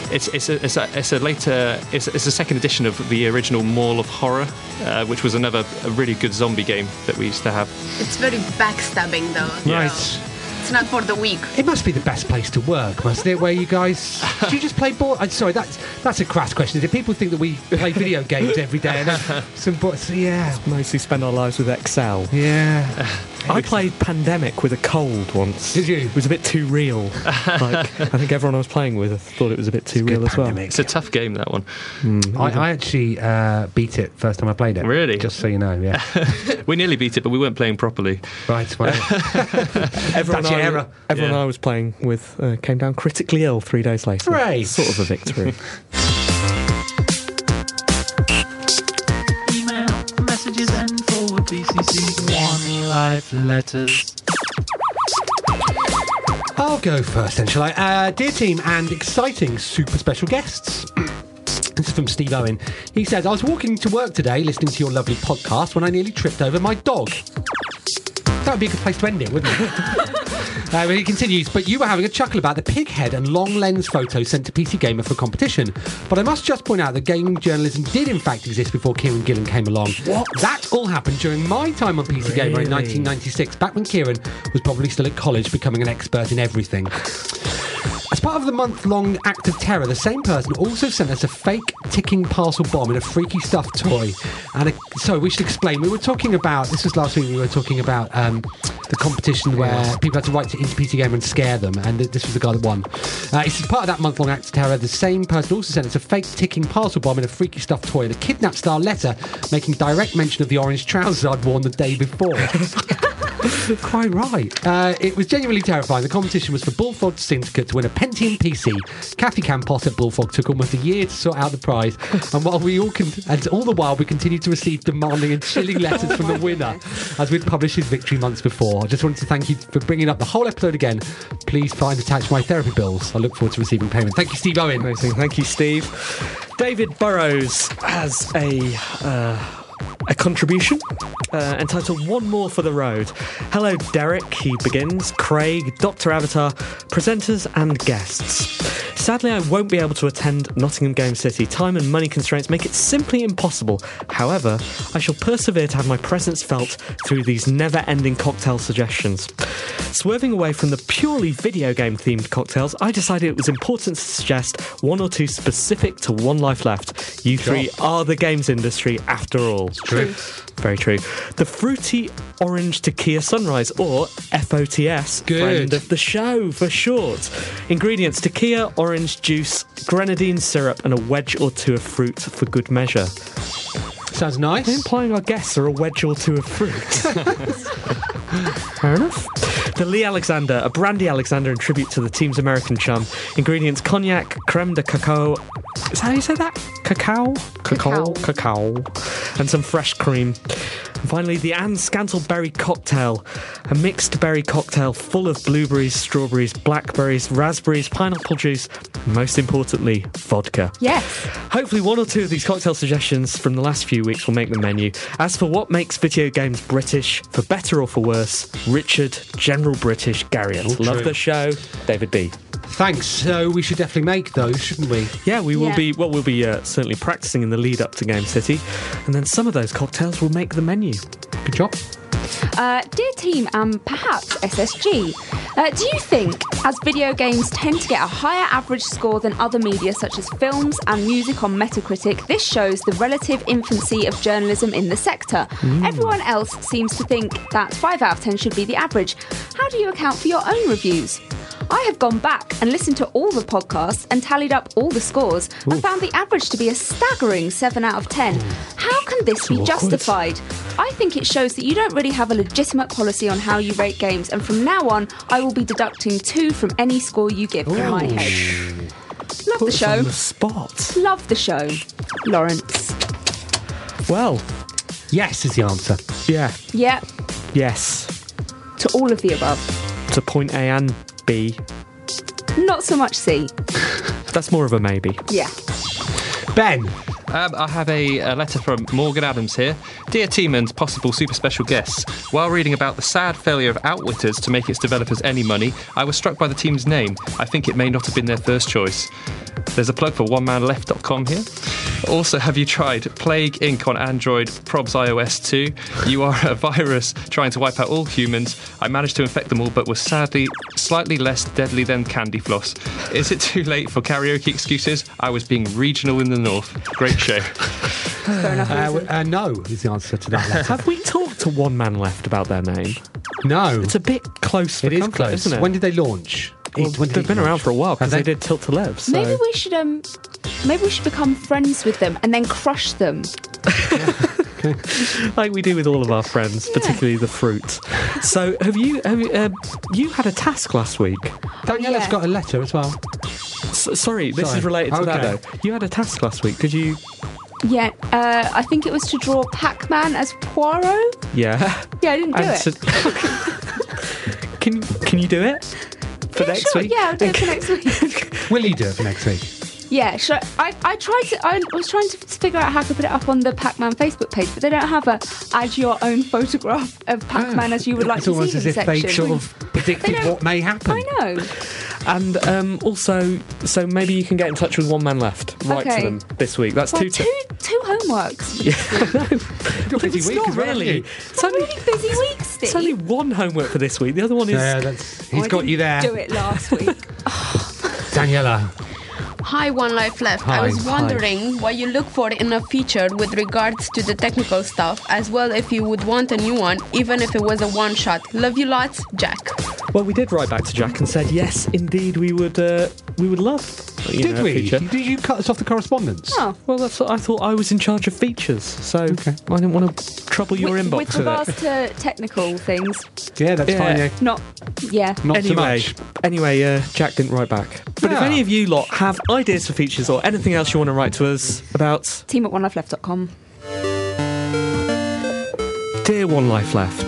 It's it's a, it's a, it's a later it's, it's a second edition of the original Mall of Horror, uh, which was another a really good zombie game that we used to have. It's very backstabbing though. Right. It's not for the weak. It must be the best place to work, mustn't it? Where you guys, do you just play board? I'm sorry, that's that's a crass question. Do people think that we play video games every day? And have some boards, yeah, Mostly spend our lives with Excel. yeah. I played Pandemic with a cold once. Did you? It was a bit too real. like, I think everyone I was playing with thought it was a bit too real as well. It's a tough game that one. I, I actually uh, beat it first time I played it. Really? Just so you know, yeah. We nearly beat it, but we weren't playing properly. right. Well, Everyone, That's your I, error. everyone Yeah. I was playing with uh, came down critically ill three days later. Right. Sort of a [laughs] victory. email messages and forward BCC one life letters. I'll go first then, shall I? Uh, dear team and exciting super special guests. This is [laughs] from Steve Owen. He says, I was walking to work today listening to your lovely podcast when I nearly tripped over my dog. That would be a good place to end it, wouldn't it? [laughs] Uh, but he continues, but you were having a chuckle about the pig head and long lens photos sent to PC Gamer for competition. But I must just point out that gaming journalism did in fact exist before Kieran Gillen came along. What? That all happened during my time on PC Gamer in Really? 1996, back when Kieran was probably still at college becoming an expert in everything. As part of the month long act of terror, the same person also sent us a fake ticking parcel bomb and a freaky stuffed toy. And a, so we should explain. We were talking about, this was last week, we were talking about um, the competition where people had to write to into PC Gamer and scare them. And th- this was the guy that won. Uh, it's as part of that month long act of terror. The same person also sent us a fake ticking parcel bomb and a freaky stuffed toy and a kidnap style letter making direct mention of the orange trousers I'd worn the day before. [laughs] Quite right. Uh, it was genuinely terrifying. The competition was for Bullfrog Syndicate to win a Pentium PC. Kathy Campos at Bullfrog took almost a year to sort out the prize, and while we all con- and all the while we continued to receive demanding and chilling letters from the winner, as we'd published his victory months before. I just wanted to thank you for bringing up the whole episode again. Please find attached my therapy bills. I look forward to receiving payment. Thank you, Steve Owen. Amazing. Thank you, Steve. David Burrows has a. Uh, a contribution uh, entitled One More for the Road. Hello, Derek, he begins, Craig, Dr. Avatar, presenters, and guests. Sadly, I won't be able to attend Nottingham Game City. Time and money constraints make it simply impossible. However, I shall persevere to have my presence felt through these never ending cocktail suggestions. Swerving away from the purely video game themed cocktails, I decided it was important to suggest one or two specific to One Life Left. You three are the games industry after all. True. Very true. The fruity orange tequila sunrise, or FOTS, Good. friend of the show for short. Ingredients tequila, orange juice, grenadine syrup, and a wedge or two of fruit for good measure. Sounds nice. Implying our guests are a wedge or two of fruit. Fair enough. The Lee Alexander, a brandy Alexander in tribute to the team's American chum. Ingredients cognac, creme de cacao. Is that how you say that? Cacao? Cacao. Cacao. And some fresh cream. And finally, the Anne Scantleberry cocktail. A mixed berry cocktail full of blueberries, strawberries, blackberries, raspberries, pineapple juice, and most importantly, vodka. Yes. Hopefully, one or two of these cocktail suggestions from the last few weeks will make the menu. As for what makes video games British, for better or for worse, Richard, General British Garriott. Love the show, David B. Thanks. So we should definitely make those, shouldn't we? Yeah, we will Yeah. be. Well, we'll be uh, certainly practicing in the lead up to Game City, and then some of those cocktails will make the menu. Good job. Uh, dear team, and perhaps SSG, uh, do you think, as video games tend to get a higher average score than other media such as films and music on Metacritic, this shows the relative infancy of journalism in the sector? Everyone else seems to think that 5 out of 10 should be the average. How do you account for your own reviews? I have gone back and listened to all the podcasts and tallied up all the scores and found the average to be a staggering 7 out of 10. How can this be justified? I think it shows that you don't really have a legitimate policy on how you rate games, and from now on, I will be deducting two from any score you give in my head. Love the Put us on show. the spot. Love the show. Lawrence. Well, Yes is the answer. yeah, Yep, yes. to all of the above. To point A and B. Not so much C. That's more of a maybe. Yeah. Ben. Um, I have a, a letter from Morgan Adams here. Dear team and possible super special guests, while reading about the sad failure of Outwitters to make its developers any money, I was struck by the team's name. I think it may not have been their first choice. There's a plug for onemanleft.com here. Also, have you tried Plague Inc. on Android, Probs iOS 2? You are a virus trying to wipe out all humans. I managed to infect them all, but was sadly slightly less deadly than candy floss. Is it too late for karaoke excuses? I was being regional in the north. Great show. Uh, w- uh, no is the answer to [laughs] that. letter. Have we talked to One Man Left about their name? No. It's a bit close for It is comfort, close. isn't it? When did they launch? Well, It- when did they've it been around launch? for a while because Have they they? did Tilt to Live. So. Maybe we should um, maybe we should become friends with them and then crush them. like we do with all of our friends, particularly the [laughs] fruit. So, have you have you, uh, you had a task last week? Daniela's Yeah. got a letter as well. S- sorry, this Sorry. is related to Okay. that though. You had a task last week. Did you? Yeah, uh, I think it was to draw Pac-Man as Poirot. [laughs] Yeah. Yeah, I didn't do And it. so- can can you do it for Yeah, next sure, week? Yeah, I'll do [laughs] it for next week. Will you do it for next week? yeah, sure. I, I tried to. I was trying to figure out how to put it up on the Pac-Man Facebook page, but they don't have a add your own photograph of Pac-Man as you would like Ah, it's to almost see as him if section. they sort of [laughs] predicted don't- what may happen. I know. And um, also, so maybe you can get in touch with one man left. Write Okay. to them this week. That's Well, two. [laughs] two two homeworks. You've got a busy it's week not as well, haven't really. you? It's A only, really busy week, Steve. it's only one homework for this week. The other one is Yeah, that's, Oh, he's I got didn't you there. Do it [laughs] last week. Daniela. Hi, One Life Left. Hi. I was Hi. wondering what you look for in a feature with regards to the technical stuff, as well if you would want a new one, even if it was a one shot. Love you lots, Jack. Well, we did write back to Jack and said, yes, indeed, we would, uh, we would love. you Did know, a we? feature." Did you cut us off the correspondence? Oh. Well, that's what I thought. I was in charge of features, so I didn't want to trouble your with, inbox with with regards it. to technical things, Yeah, that's Yeah. fine. Yeah. not yeah. Not so Anyway, much. anyway, uh, Jack didn't write back. But if Yeah. any of you lot have ideas for features or anything else you want to write to us about, Team at onelifeleft.com. dear One Life Left,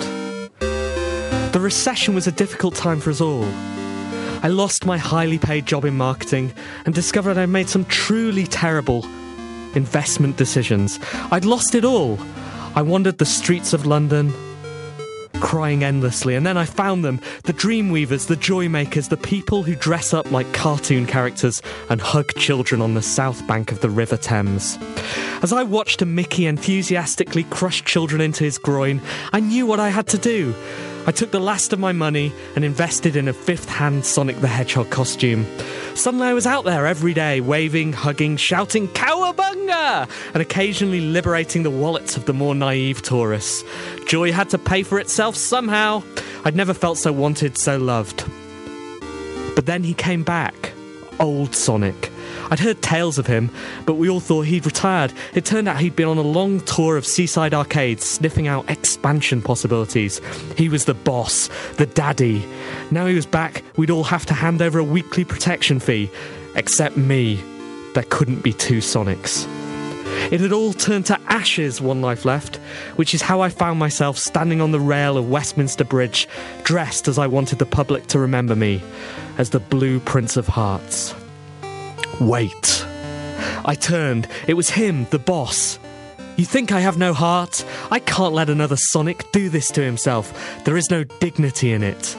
the recession was a difficult time for us all. I lost my highly paid job in marketing and discovered I'd made some truly terrible investment decisions. I'd lost it all. I wandered the streets of London, crying endlessly, and then I found them the dreamweavers, the joy makers, the people who dress up like cartoon characters and hug children on the south bank of the River Thames. As I watched a Mickey enthusiastically crush children into his groin, I knew what I had to do. I took the last of my money and invested in a fifth hand Sonic the Hedgehog costume. Suddenly, I was out there every day, waving, hugging, shouting "Cowabunga!" and occasionally liberating the wallets of the more naive tourists. Joy had to pay for itself somehow. I'd never felt so wanted, so loved. But then he came back. Old Sonic. I'd heard tales of him, but we all thought he'd retired. It turned out he'd been on a long tour of seaside arcades, sniffing out expansion possibilities. He was the boss, the daddy. Now he was back, we'd all have to hand over a weekly protection fee. Except me. There couldn't be two Sonics. It had all turned to ashes, one life left, which is how I found myself standing on the rail of Westminster Bridge, dressed as I wanted the public to remember me, as the Blue Prince of Hearts. Wait. I turned. It was him, the boss. You think I have no heart? I can't let another Sonic do this to himself. There is no dignity in it.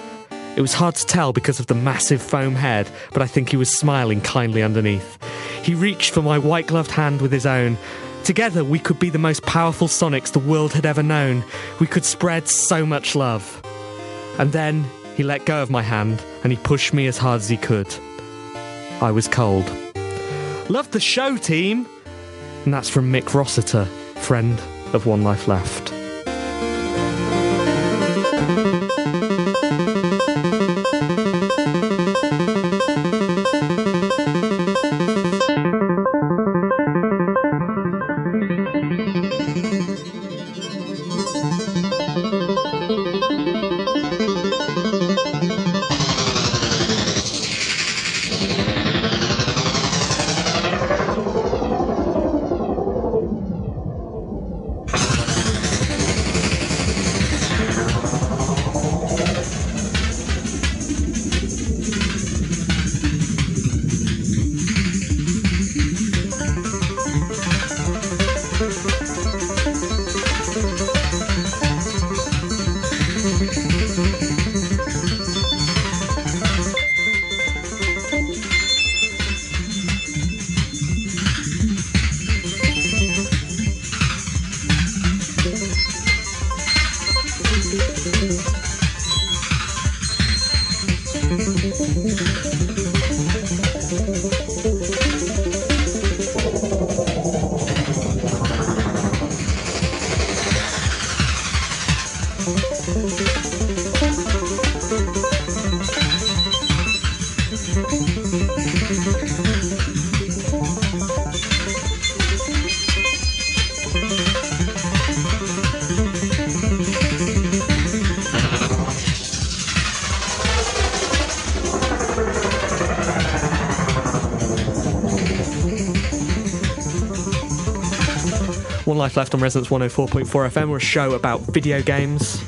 It was hard to tell because of the massive foam head, but I think he was smiling kindly underneath. He reached for my white gloved hand with his own. Together, we could be the most powerful Sonics the world had ever known. We could spread so much love. And then he let go of my hand and he pushed me as hard as he could. I was cold. Love the show, team! And that's from Mick Rossiter, friend of One Life Left. One oh Life Left on Resonance 104.4 FM. We're a show about video games.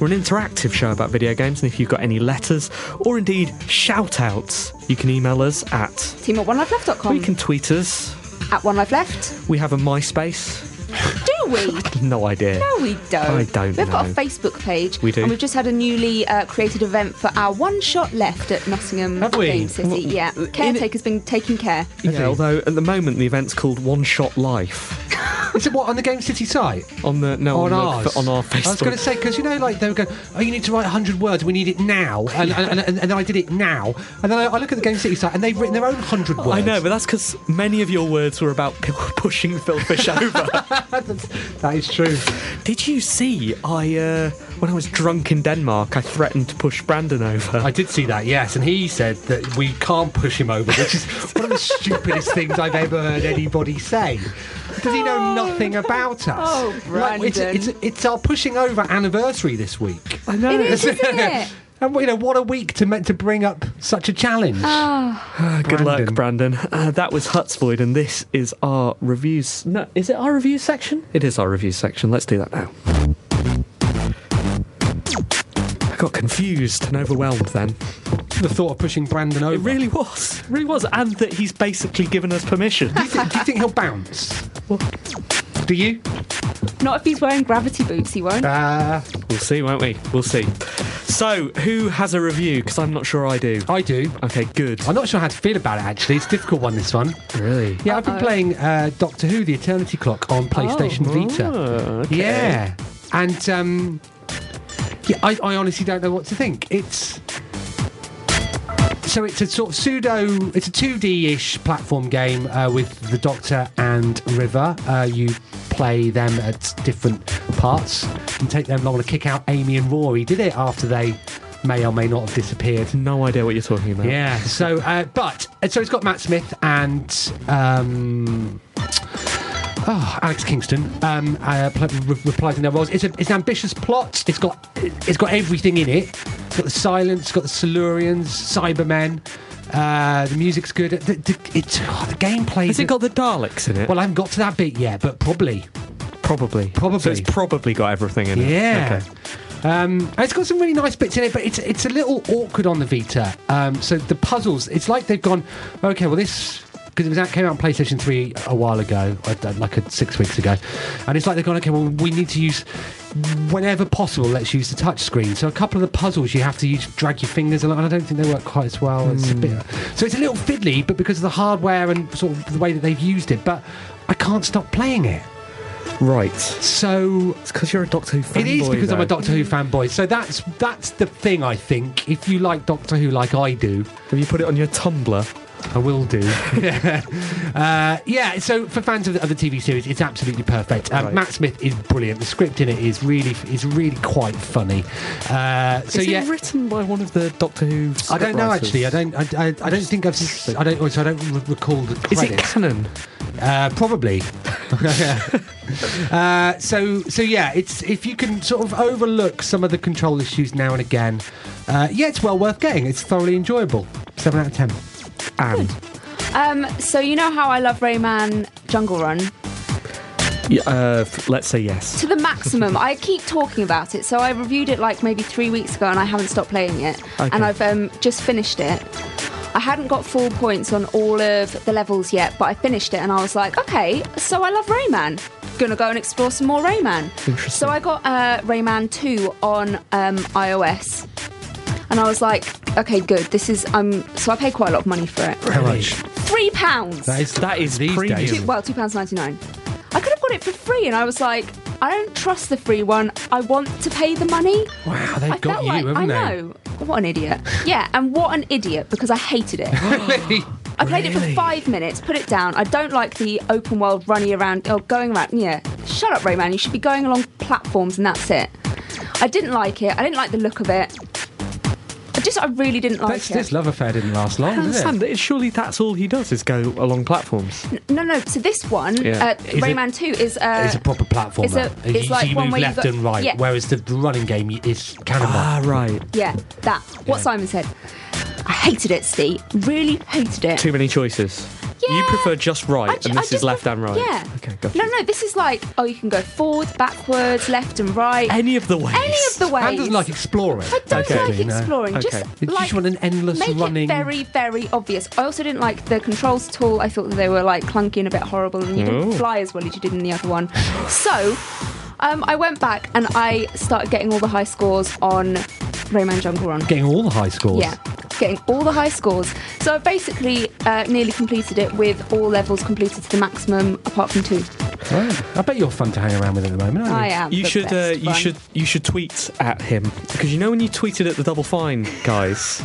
We're an interactive show about video games, and if you've got any letters or indeed shout outs, you can email us at. Team at onelifeleft.com. Or you can tweet us. At One Life Left. We have a MySpace. Do we? No idea. No, we don't. I don't We've got a know. Facebook page. We do. And we've just had a newly uh, created event for our one shot left at Nottingham Have we? Game City. W- yeah. in- Caretaker's been taking care. Yeah, although at the moment the event's called One Shot Life. Is it what on the Game City site? On the no on, on, ours. The, on our I was Facebook. going to say because you know, like they were going, "Oh, you need to write 100 words. We need it now," and and, and, and then I did it now, and then I, I look at the Game City site, and they've written their own 100 words. I know, but that's because many of your words were about [laughs] p- pushing Phil Fish over. [laughs] that is true. Did you see? I uh, when I was drunk in Denmark, I threatened to push Brandon over. I did see that, yes, and he said that we can't push him over, which is one of the stupidest things I've ever heard anybody say. Does he know nothing about us? Oh, Like, it's, it's, Brandon. it's our pushing over anniversary this week. I know. It is, isn't it? [laughs] and you know what a week to meant to bring up such a challenge. Oh, Ah, Good luck, Brandon. Uh, that was Huts Void, and this is our reviews. No, is it our review section? It is our review section. Let's do that now. I got confused and overwhelmed then. the thought of pushing Brandon over. It really was. It really was. And that he's basically given us permission. do, you think, do you think he'll bounce? Do you? [laughs] not if he's wearing gravity boots, he won't. Uh, [laughs] We'll see, won't we? We'll see. So, who has a review? Because I'm not sure I do. I do. Okay, good. I'm not sure how to feel about it actually. It's a difficult one, this one. Really? Yeah, I've been playing uh, Doctor Who: The Eternity Clock on PlayStation Vita. Yeah, and um, yeah, I, I honestly don't know what to think. It's so it's a sort of pseudo, it's a 2D-ish platform game uh, with the Doctor and River. Uh, you play them at different parts and take them along to kick out Amy and Rory. Did it after they may or may not have disappeared. No idea what you're talking about. Yeah. So, uh, but so it's got Matt Smith and um, oh, Alex Kingston um, uh, pl- re- reprising their roles. It's, a, it's an ambitious plot. It's got it's got everything in it. It's got the silence. It's got the Silurians, Cybermen. Uh, the music's good. The, the, it's oh, the gameplay. Has it got the Daleks in it? Well, I haven't got to that bit yet, but probably. probably. Probably. So it's probably got everything in it. Yeah. Okay. Um, and it's got some really nice bits in it, but it's it's a little awkward on the Vita. Um, so the puzzles, it's like they've gone, okay, well this because it was out, came out on PlayStation 3 a while ago, I don't- like uh, six weeks ago, and it's like they've gone, okay, well we need to use whenever possible, let's use the touch screen. So a couple of the puzzles you have to use, drag your fingers along, and I don't think they work quite as well. It's a bit, so it's a little fiddly, but because of the hardware and sort of the way that they've used it, but I can't stop playing it. Right. So It's because you're a Doctor Who fanboy. it is because I'm a though. Doctor Who fanboy. So that's that's the thing I think. If you like Doctor Who like I do, Have you put it on your Tumblr? I [laughs] will do. [laughs] uh, yeah. So for fans of the, of the TV series, it's absolutely perfect. Um, Right. Matt Smith is brilliant. The script in it is really is really quite funny. Uh, so is yeah. it written by one of the Doctor Who? I don't know scriptwriters? actually. I don't. I, I, I don't think I've. s- I don't. Also, I don't re- recall the Is credits. it canon? Uh, [laughs] probably. uh, so so yeah, it's if you can sort of overlook some of the control issues now and again, uh, yeah, it's well worth getting. It's thoroughly enjoyable. Seven out of ten. And Um, so you know how I love Rayman Jungle Run yeah, uh, f- let's say yes. to the maximum. I keep talking about it, so I reviewed it like maybe three weeks ago, and I haven't stopped playing it. Okay. And I've um, just finished it. I hadn't got full points on all of the levels yet, but I finished it, and I was like, okay, so I love Rayman. Gonna go and explore some more Rayman. Interesting. So I got uh, Rayman 2 on um, iOS, and I was like, okay, good. This is um. So I paid quite a lot of money for it. How much? Three pounds. That is That is these premium. days. Two- well, two pounds ninety nine. I could have got it for free, and I was like, I don't trust the free one. I want to pay the money. Wow, they've I got felt you, like, haven't I they? [laughs] know. What an idiot. Yeah, and what an idiot because I hated it. I played it for five minutes, put it down. I don't like the open world running around or going around. Yeah, shut up, Rayman. You should be going along platforms, and that's it. I didn't like it. I didn't like the look of it. I just, I really didn't like That's, it. this love affair didn't last long, I did it? understand that. Surely that's all he does is go along platforms. No, no. So this one, Yeah. uh, it- Rayman Two, is uh, It's a proper platformer. it's a- you, it's like you one move where you left got- and right, yeah. whereas the running game is cannonball. Ah, right. Yeah, that. What Yeah. Simon said. I hated it, Steve. Really hated it. Too many choices. You prefer just right, ju- and I this is just left pref- and right. Yeah. Okay, gotcha. No, no, this is like, oh, you can go forward, backwards, left and right. Any of the ways. Any of the ways. Anne doesn't like exploring. I don't Okay. like You know. exploring. Okay. Just You like just want an endless make running. it very, very obvious. I also didn't like the controls at all. I thought that they were like clunky and a bit horrible, and you Ooh. didn't fly as well as you did in the other one. So um, I went back and I started getting all the high scores on Rayman Jungle Run. Getting all the high scores. Yeah, getting all the high scores. So I basically uh, nearly completed it with all levels completed to the maximum, apart from two. Oh, I bet you're fun to hang around with at the moment, aren't you? I am. You the should, uh, best you one. should, you should tweet at him because you know when you tweeted at the Double Fine guys,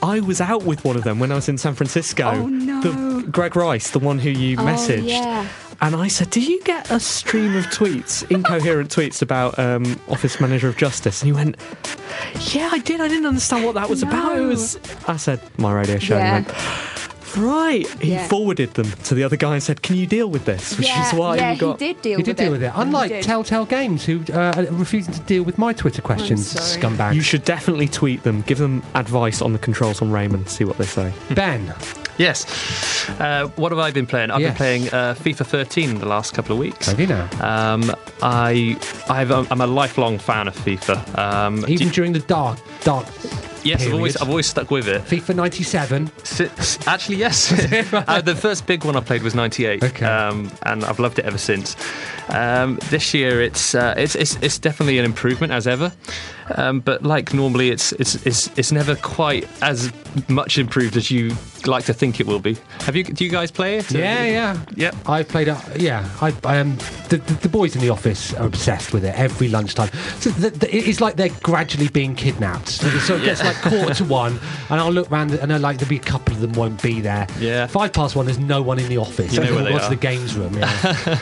I was out with one of them when I was in San Francisco. Oh, no. Oh, The Greg Rice, the one who you messaged, yeah. and I said, "Do you get a stream of tweets, incoherent tweets about um, Office Manager of Justice?" And he went, "Yeah, I did. I didn't understand what that was about. It No. was." I said, "My radio show." Yeah. And he went, Right, he Yeah. forwarded them to the other guy and said, "Can you deal with this?" Which yeah, is why yeah, you got he did deal He with did deal it. with it. He Unlike did. Telltale Games, who uh, are refusing to deal with my Twitter questions, sorry. scumbag. You should definitely tweet them, give them advice on the controls on Raymond, see what they say. ben, Yes. Uh, what have I been playing? I've Yes. been playing uh, FIFA 13 the last couple of weeks. have you now? Um, I, I've, um, I'm a lifelong fan of FIFA. Um, Even d- during the dark, dark. yes, I've always, period. I've always stuck with it. FIFA 97. Si- s- Actually, yes. [laughs] uh, the first big one I played was '98, Okay. um, and I've loved it ever since. Um, this year, it's, uh, it's it's it's definitely an improvement as ever, um, but like normally, it's it's it's it's never quite as much improved as you like to think it will be. Have you? Do you guys play it? Yeah, yeah. Yep. I played a yeah. I, I um, the, the the boys in the office are obsessed with it every lunchtime. So the, the, it's like they're gradually being kidnapped. So it sort of gets like quarter [laughs] to one, and I'll look round and I like there'll be a couple of them won't be there. Yeah. Five past one, there's no one in the office. You know Everyone where they wants are. the games room. Yeah.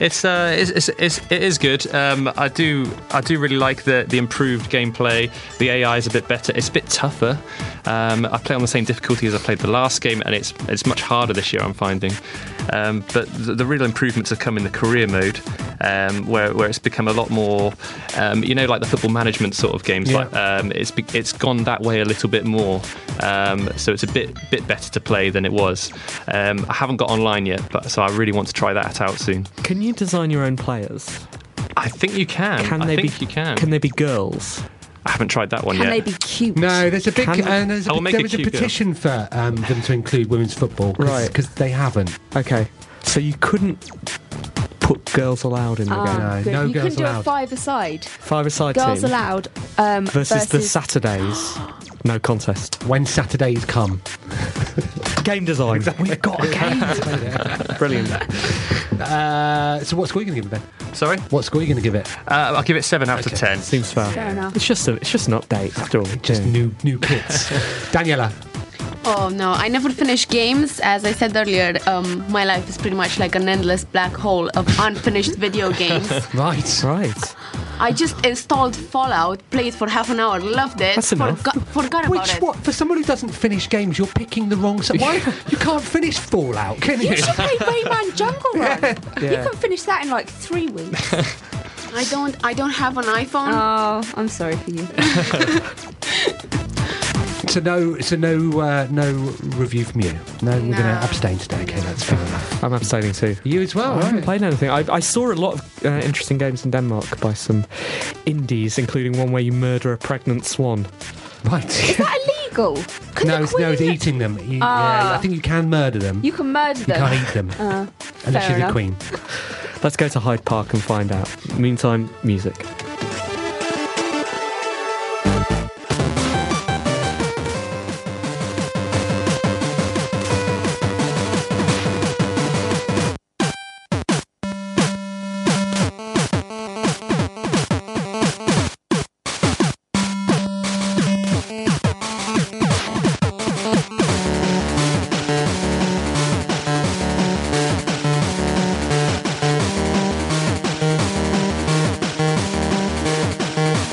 It's, uh, it's, it's, it's it is good. Um, I do I do really like the the improved gameplay. The AI is a bit better. It's a bit tougher. Um, I play on the same difficulty as I played the last game, and it's it's much harder this year. I'm finding. Um, but the, the real improvements have come in the career mode, um, where where it's become a lot more, um, you know, like the football management sort of games. Yeah. Like um, it's be- it's gone that way a little bit more. Um, so it's a bit bit better to play than it was. Um, I haven't got online yet, but so I really want to try that out soon. Can you design your own players? I think you can. Can Um, I they think be you can. Can they be girls? I haven't tried that one Can yet. they be cute? no, there's a big Can- and there's a, I'll big- make there a was a cute girl. petition for um, them to include women's football Right. because they haven't. Okay. So you couldn't put girls allowed in the Ah, game. No, good. no you girls can do allowed. a five-a-side. Five aside Girls team allowed. Um, versus, versus, the Saturdays. No contest. When Saturdays come, Game design. We've got a [laughs] game. Brilliant. [laughs] uh, so what score are you going to give it, Ben? Sorry, What score are you going to give it? uh, I'll give it seven out of ten. Seems fair. [laughs] Fair enough. It's just a, it's just an update after all. Just Yeah. new new [laughs] kits. Daniela, Oh no, I never finish games. As I said earlier, um, my life is pretty much like an endless black hole of unfinished [laughs] video games. right? Right. I just installed Fallout, played for half an hour, loved it, That's enough. forgot, forgot about Which it. what for someone who doesn't finish games, you're picking the wrong. So [laughs] why you can't finish Fallout? Can you? You should play Rayman [laughs] Jungle Run. Yeah. You can finish that in like three weeks. I don't, I don't have an iPhone. oh, I'm sorry [laughs] for you. so no, so no, uh, no review from you. No, we're going No. to abstain today. Okay, that's fair enough. I'm abstaining too. You as well. I haven't right? played anything. I, I saw a lot of uh, interesting games in Denmark by some indies, including one where you murder a pregnant swan. [laughs] Right. Is that illegal? Can no, the it's, no, it's queen- Ah. eating them. You, yeah, I think you can murder them. You can murder You them. can't eat them unless fair you're the enough. queen. Let's go to Hyde Park and find out. Meantime, music. Thank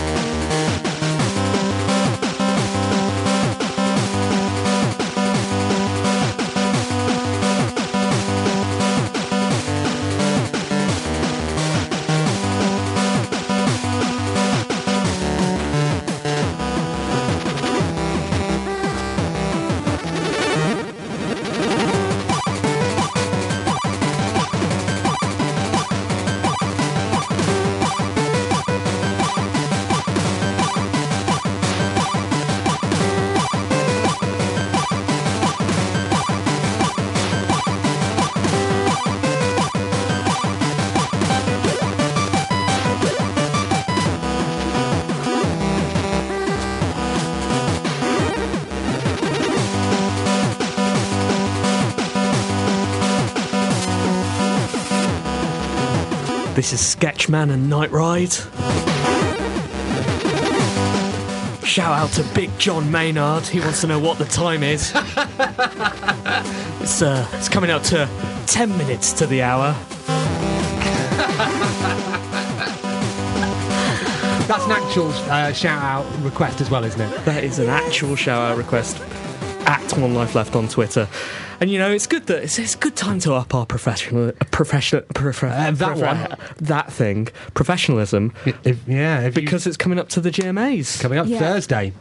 This is Sketchman and Night Ride. Shout out to Big John Maynard. He wants to know what the time is. [laughs] it's, uh, it's coming up to 10 minutes to the hour. That's an actual uh, shout out request as well, isn't it? That is an actual shout out request. At One Life Left on Twitter. And you know, it's good that it's, it's a good time to up our professional, uh, professional, profe- Uh, that profe- one. that thing, professionalism. yeah, because it's coming up to the GMAs. Coming up Yeah. Thursday.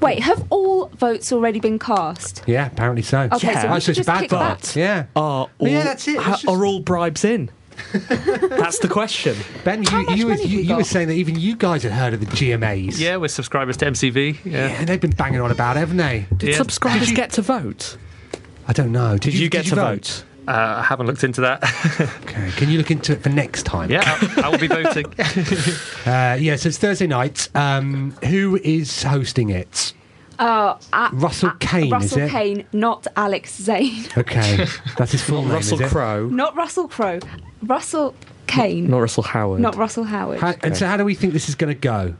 Wait, have all votes already been cast? Yeah, apparently so. Okay, so we That's should just just bad kick part. that. Yeah. Are all, But yeah, that's it. It's ha- just- Are all bribes [laughs] in? that's the question. Ben, you, much you, was, money have you, we you were got? saying that even you guys had heard of the GMAs. Yeah, we're subscribers to MCV. Yeah. Yeah, they've been banging on about it, haven't they? Did Yeah. subscribers get to vote? I don't know. Did, Did you, get did to you vote? Uh, I haven't looked [laughs] into that. Okay. Can you look into it for next time? yeah, I, I will [laughs] be voting. Uh, yeah, so it's Thursday night. Um, who is hosting it? Oh, uh, Russell Kane, is Russell it? Kane, not Alex Zane, [laughs] [laughs] Okay. That's his full name. Russell is it? Crowe, not Russell Crowe, Russell Kane, not Russell Howard. not Russell Howard. How, And so, how do we think this is going to go?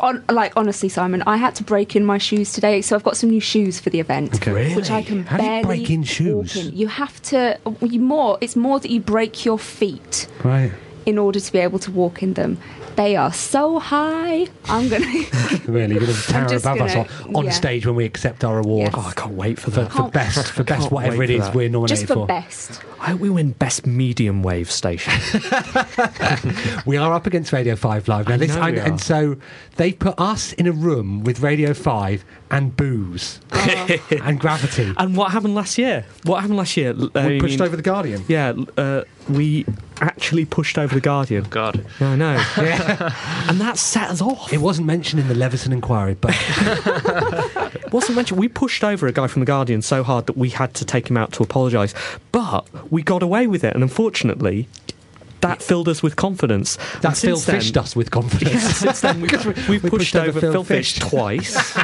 On like honestly, Simon, I had to break in my shoes today, so I've got some new shoes for the event, Okay. which I can How do you barely break in walk shoes? in. You have to you more. It's more that you break your feet Right. in order to be able to walk in them. They are so high. I'm [laughs] gonna. [laughs] Really, you're going to tower above just us gonna- on, on yeah. stage when we accept our award. Yes. Oh, I can't wait for For, that. for Can't- best, for best, Can't whatever it wait for is that. we're just nominated for best. I hope we win best medium wave [laughs] station. We are up against Radio 5 Live now. I this, know and, we and are. so they put us in a room with Radio 5 and booze Uh-huh. [laughs] and gravity. and what happened last year? What happened last year? L- I we pushed mean- over The Guardian. Yeah, l- uh, we actually pushed over the Guardian. God. I [laughs] know. and that set us off. It wasn't mentioned in the Leveson Inquiry, [laughs] but wasn't mentioned. We pushed over a guy from the Guardian so hard that we had to take him out to apologise. But we got away with it, and unfortunately, that filled us with confidence. that And still since then- [laughs] fished us with confidence. Since then, we've, we've we pushed, pushed over over Phil Phil Fish Fish. [laughs] twice.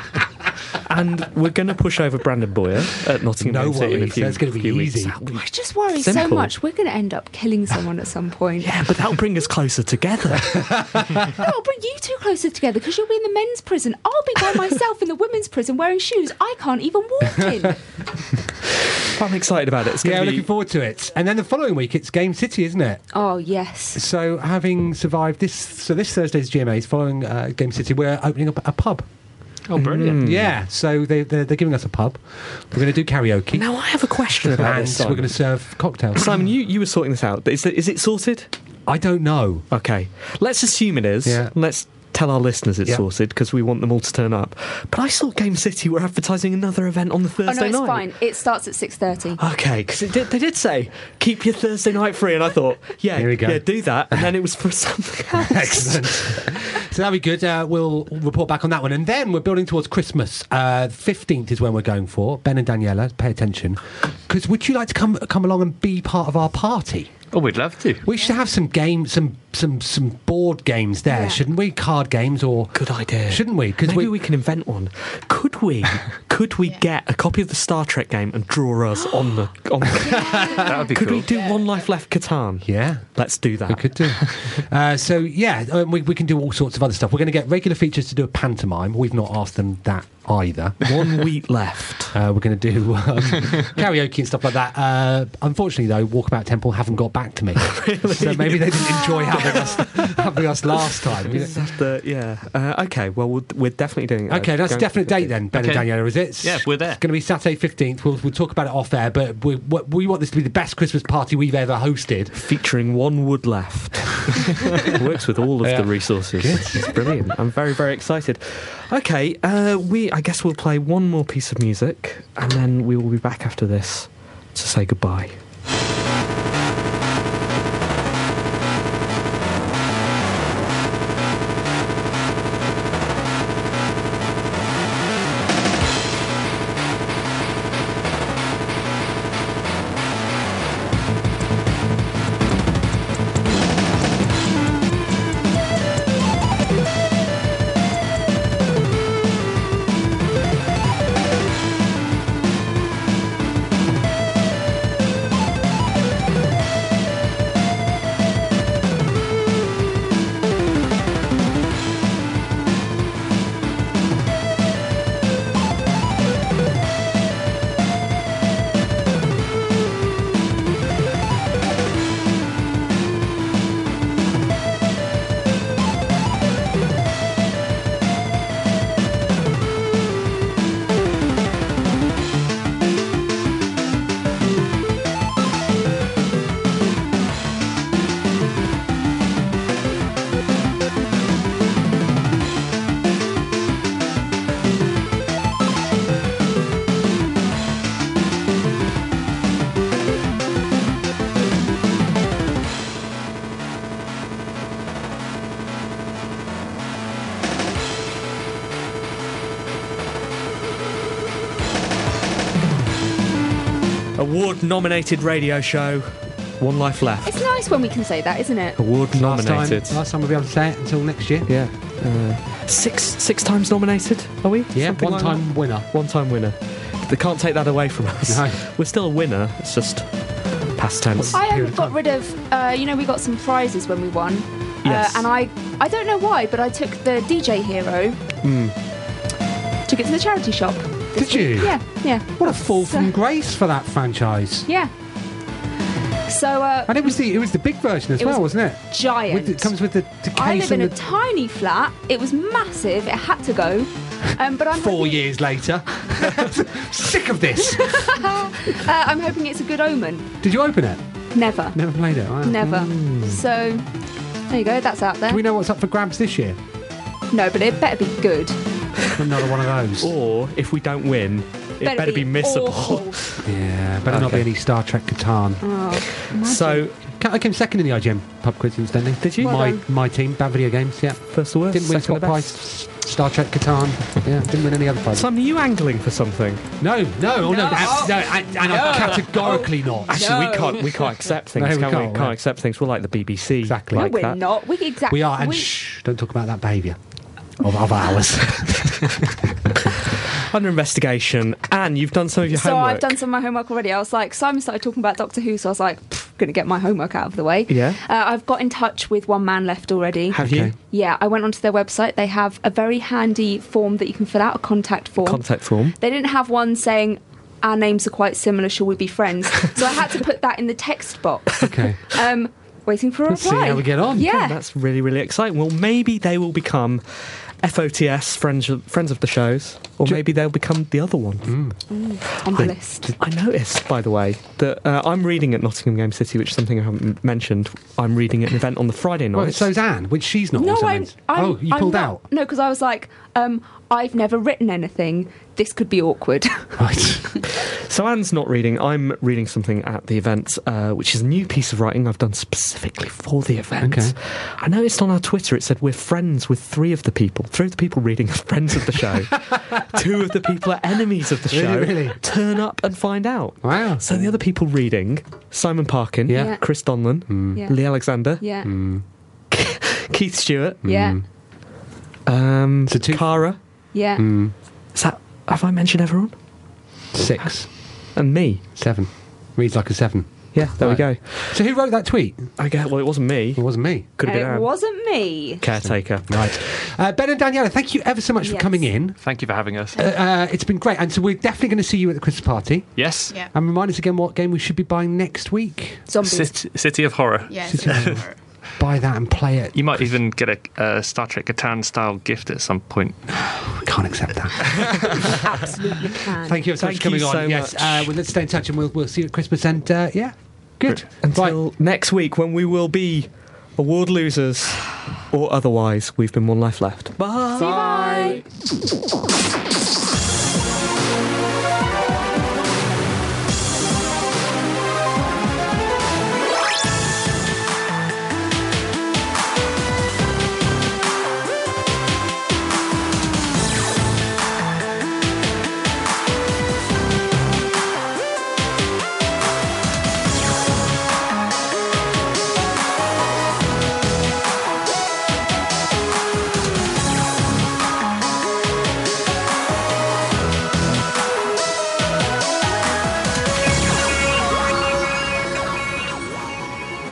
And we're going to push over Brandon Boyer at Nottingham No City in a worries, few, that's gonna be few weeks. easy. That'll be- I just worry so Simple. much. We're gonna end up killing someone at some [laughs] point. Yeah, but that'll bring us closer together. That'll bring you two closer together because you'll be in the men's prison. I'll be [laughs] by myself in the women's prison wearing shoes I can't even walk in. [laughs] I'm excited about it. It's yeah, going we're to looking be. forward to it. And then the following week, it's Game City, isn't it? Oh yes. So, having survived this, so this Thursday's GMAs, following uh, Game City, we're opening up a pub. Oh, Hmm. brilliant. Yeah, so they, they're, they're giving us a pub. We're going to do karaoke. Now I have a question about and this. we're Simon. going to serve cocktails. Simon, you, you were sorting this out. Is it, is it sorted? I don't know. Okay. Let's assume it is. Yeah. Let's tell our listeners it's Yeah. sorted because we want them all to turn up. But I saw Game City were advertising another event on the Oh no, Thursday it's night. fine. It starts at six [gasps] thirty. Okay, because did, they did say keep your Thursday night free, and I thought, [laughs] yeah, Here we go. yeah, do that, and then it was for [laughs] something else. [laughs] Excellent. so that'll be good. Uh, we'll report back on that one. And then we're building towards Christmas. Uh, 15th is when we're going for. Ben and Daniela, pay attention. Because would you like to come come along and be part of our party? Mm. Oh, we'd love Uh, to. We should have some games, some some some board games there, Yeah. shouldn't we? Card games or Good idea, shouldn't we? Because Because maybe we... we, can invent one. Could we? [laughs] Could we get a copy of the Star Trek game and draw us on the? [laughs] On the... That would [laughs] be Could cool. we do One Life Left Catan? yeah. let's do that. We [laughs] [laughs] could do. uh, so, yeah, um, we, we can do all sorts of other stuff. We're going to get regular features to do a pantomime. We've not asked them that [laughs] either. One week left. Uh, we're going to do um, karaoke and stuff like that. Uh, unfortunately, though, Walkabout Temple haven't got [laughs] back to me, so maybe they didn't enjoy having us having us last time. You know? The- yeah. Uh, okay. Well, we'll we're definitely doing. it. Okay, that's a Going- definite date then, Ben Okay. and Daniela, is it? Yeah, we're there. It's going to be Saturday 15th. We'll, we'll talk about it off air, but we, we we want this to be the best Christmas party we've ever hosted. featuring one wood left. [laughs] it works with all of Yeah. the resources. It's brilliant. I'm very, very excited. Okay, uh, we. I guess we'll play one more piece of music, and then we will be back after this to say goodbye. Thank Award nominated radio show, One Life Left. It's nice when we can say that, isn't it? Award Last time, nominated. last time we'll be able to say it until next year. Yeah. Uh, six six times nominated, are we? Yeah, Something one like time that? winner. One time winner. They can't take that away from us. No. [laughs] We're still a winner. It's just past tense. I um, got rid of, uh, you know, we got some prizes when we won. Yes. Uh, and I, I don't know why, but I took the DJ Hero, took it to the charity shop. Hmm. Did you? Yeah, yeah, What a fall from grace for that franchise. yeah. So, uh, And it was the it was the big version as It well, was was not it? giant. With, it comes with the, the case I live in and a the, tiny flat. It was massive. It had to [laughs] go. Um, but I'm four hoping, years later. [laughs] Sick of this. [laughs] Uh, I'm hoping it's a good omen. Did you open it? Never, Never played it. Wow. never. Mm. So there you go. That's out there. Do we know what's up for grabs this year? No, but it better be good. Another one of those. Oh. Or if we don't win, it better, be, missable. awful. Yeah, better not be any Star Trek Catan. [laughs] Oh. So Ca- I came second in the IGM pub quiz, incidentally. Did you? Well my done. my team, Bad Video Games. Yeah, first the worst. didn't win second Scott the best. Price, Star Trek Catan. yeah, didn't win any other prizes. Simon, are you angling for something? no, no, oh, no, abs- no, and, and I'm categorically not. Actually, we can't. We [laughs] can't accept things. No, we can we? can't, can't yeah. accept things. We're like the BBC. [laughs] Exactly. No, Like we're that. not. We exactly. We are, and shh, don't talk about that behaviour of, of ours. Under investigation, and you've done some of your so homework. I've done some of my homework already. I was like, Simon started talking about Doctor Who, so I was like, going to get my homework out of the way. Yeah. Uh, I've got in touch with One Man Left already. Have you? Yeah, I went onto their website. They have a very handy form that you can fill out, a contact form. Contact form. They didn't have one saying, our names are quite similar, shall we be [laughs] friends? so I had to put that in the text box. okay. Um, waiting for a Let's see reply. how we get on. Oh, Yeah. That's really, really exciting. Well, maybe they will become FOTS, Friends of, friends of the Shows, or maybe they'll become the other Mm. one. on the I- list. I noticed, by the way, that uh, I'm reading at Nottingham Game City, which is something I haven't m- mentioned. I'm reading at an event on the Friday night. Well, it's Suzanne, which she's not. No, also I'm, meant- I'm. Oh, you I'm pulled not- out. No, because I was like, um, I've never written anything. This could be awkward. [laughs] Right. [laughs] So Anne's not reading. I'm reading something at the event, uh, which is a new piece of writing I've done specifically for the event. Okay. I noticed on our Twitter it said we're friends with three of the people. Three of the people reading are friends of the [laughs] show. Two of the people are enemies of the Really, show. really? Turn up and find out. Wow. So the other people reading: Simon Parkin, Yeah. Mm. Yeah. Chris Donlan, Yeah. Lee Alexander, yeah. Keith Stewart, Yeah. Mm. um, So two- Cara. Yeah. Is that? Have I mentioned everyone? Six, And me. seven. Reads like a seven. Yeah, there we Right. go. So who wrote that tweet? Okay, well, it wasn't me. It wasn't me. Could have And been it Anne. wasn't me. caretaker. Right. Uh, ben and Daniela, thank you ever so much for Yes. coming in. Thank you for having us. Uh, it's been great. And so we're definitely going to see you at the Christmas party. yes. Yeah. And remind us again what game we should be buying next week. Zombies. City, City of Horror. Yes. Buy that and play it. You might even get a uh, Star Trek Catan style gift at some point. We can't accept that. Absolutely can. thank you so much Thank for coming you on. so yes. much. Uh, well, let's stay in touch and we'll, we'll see you at Christmas. And uh, yeah, good. Until right. next week when we will be award losers or otherwise, we've been one life left. Bye. Bye.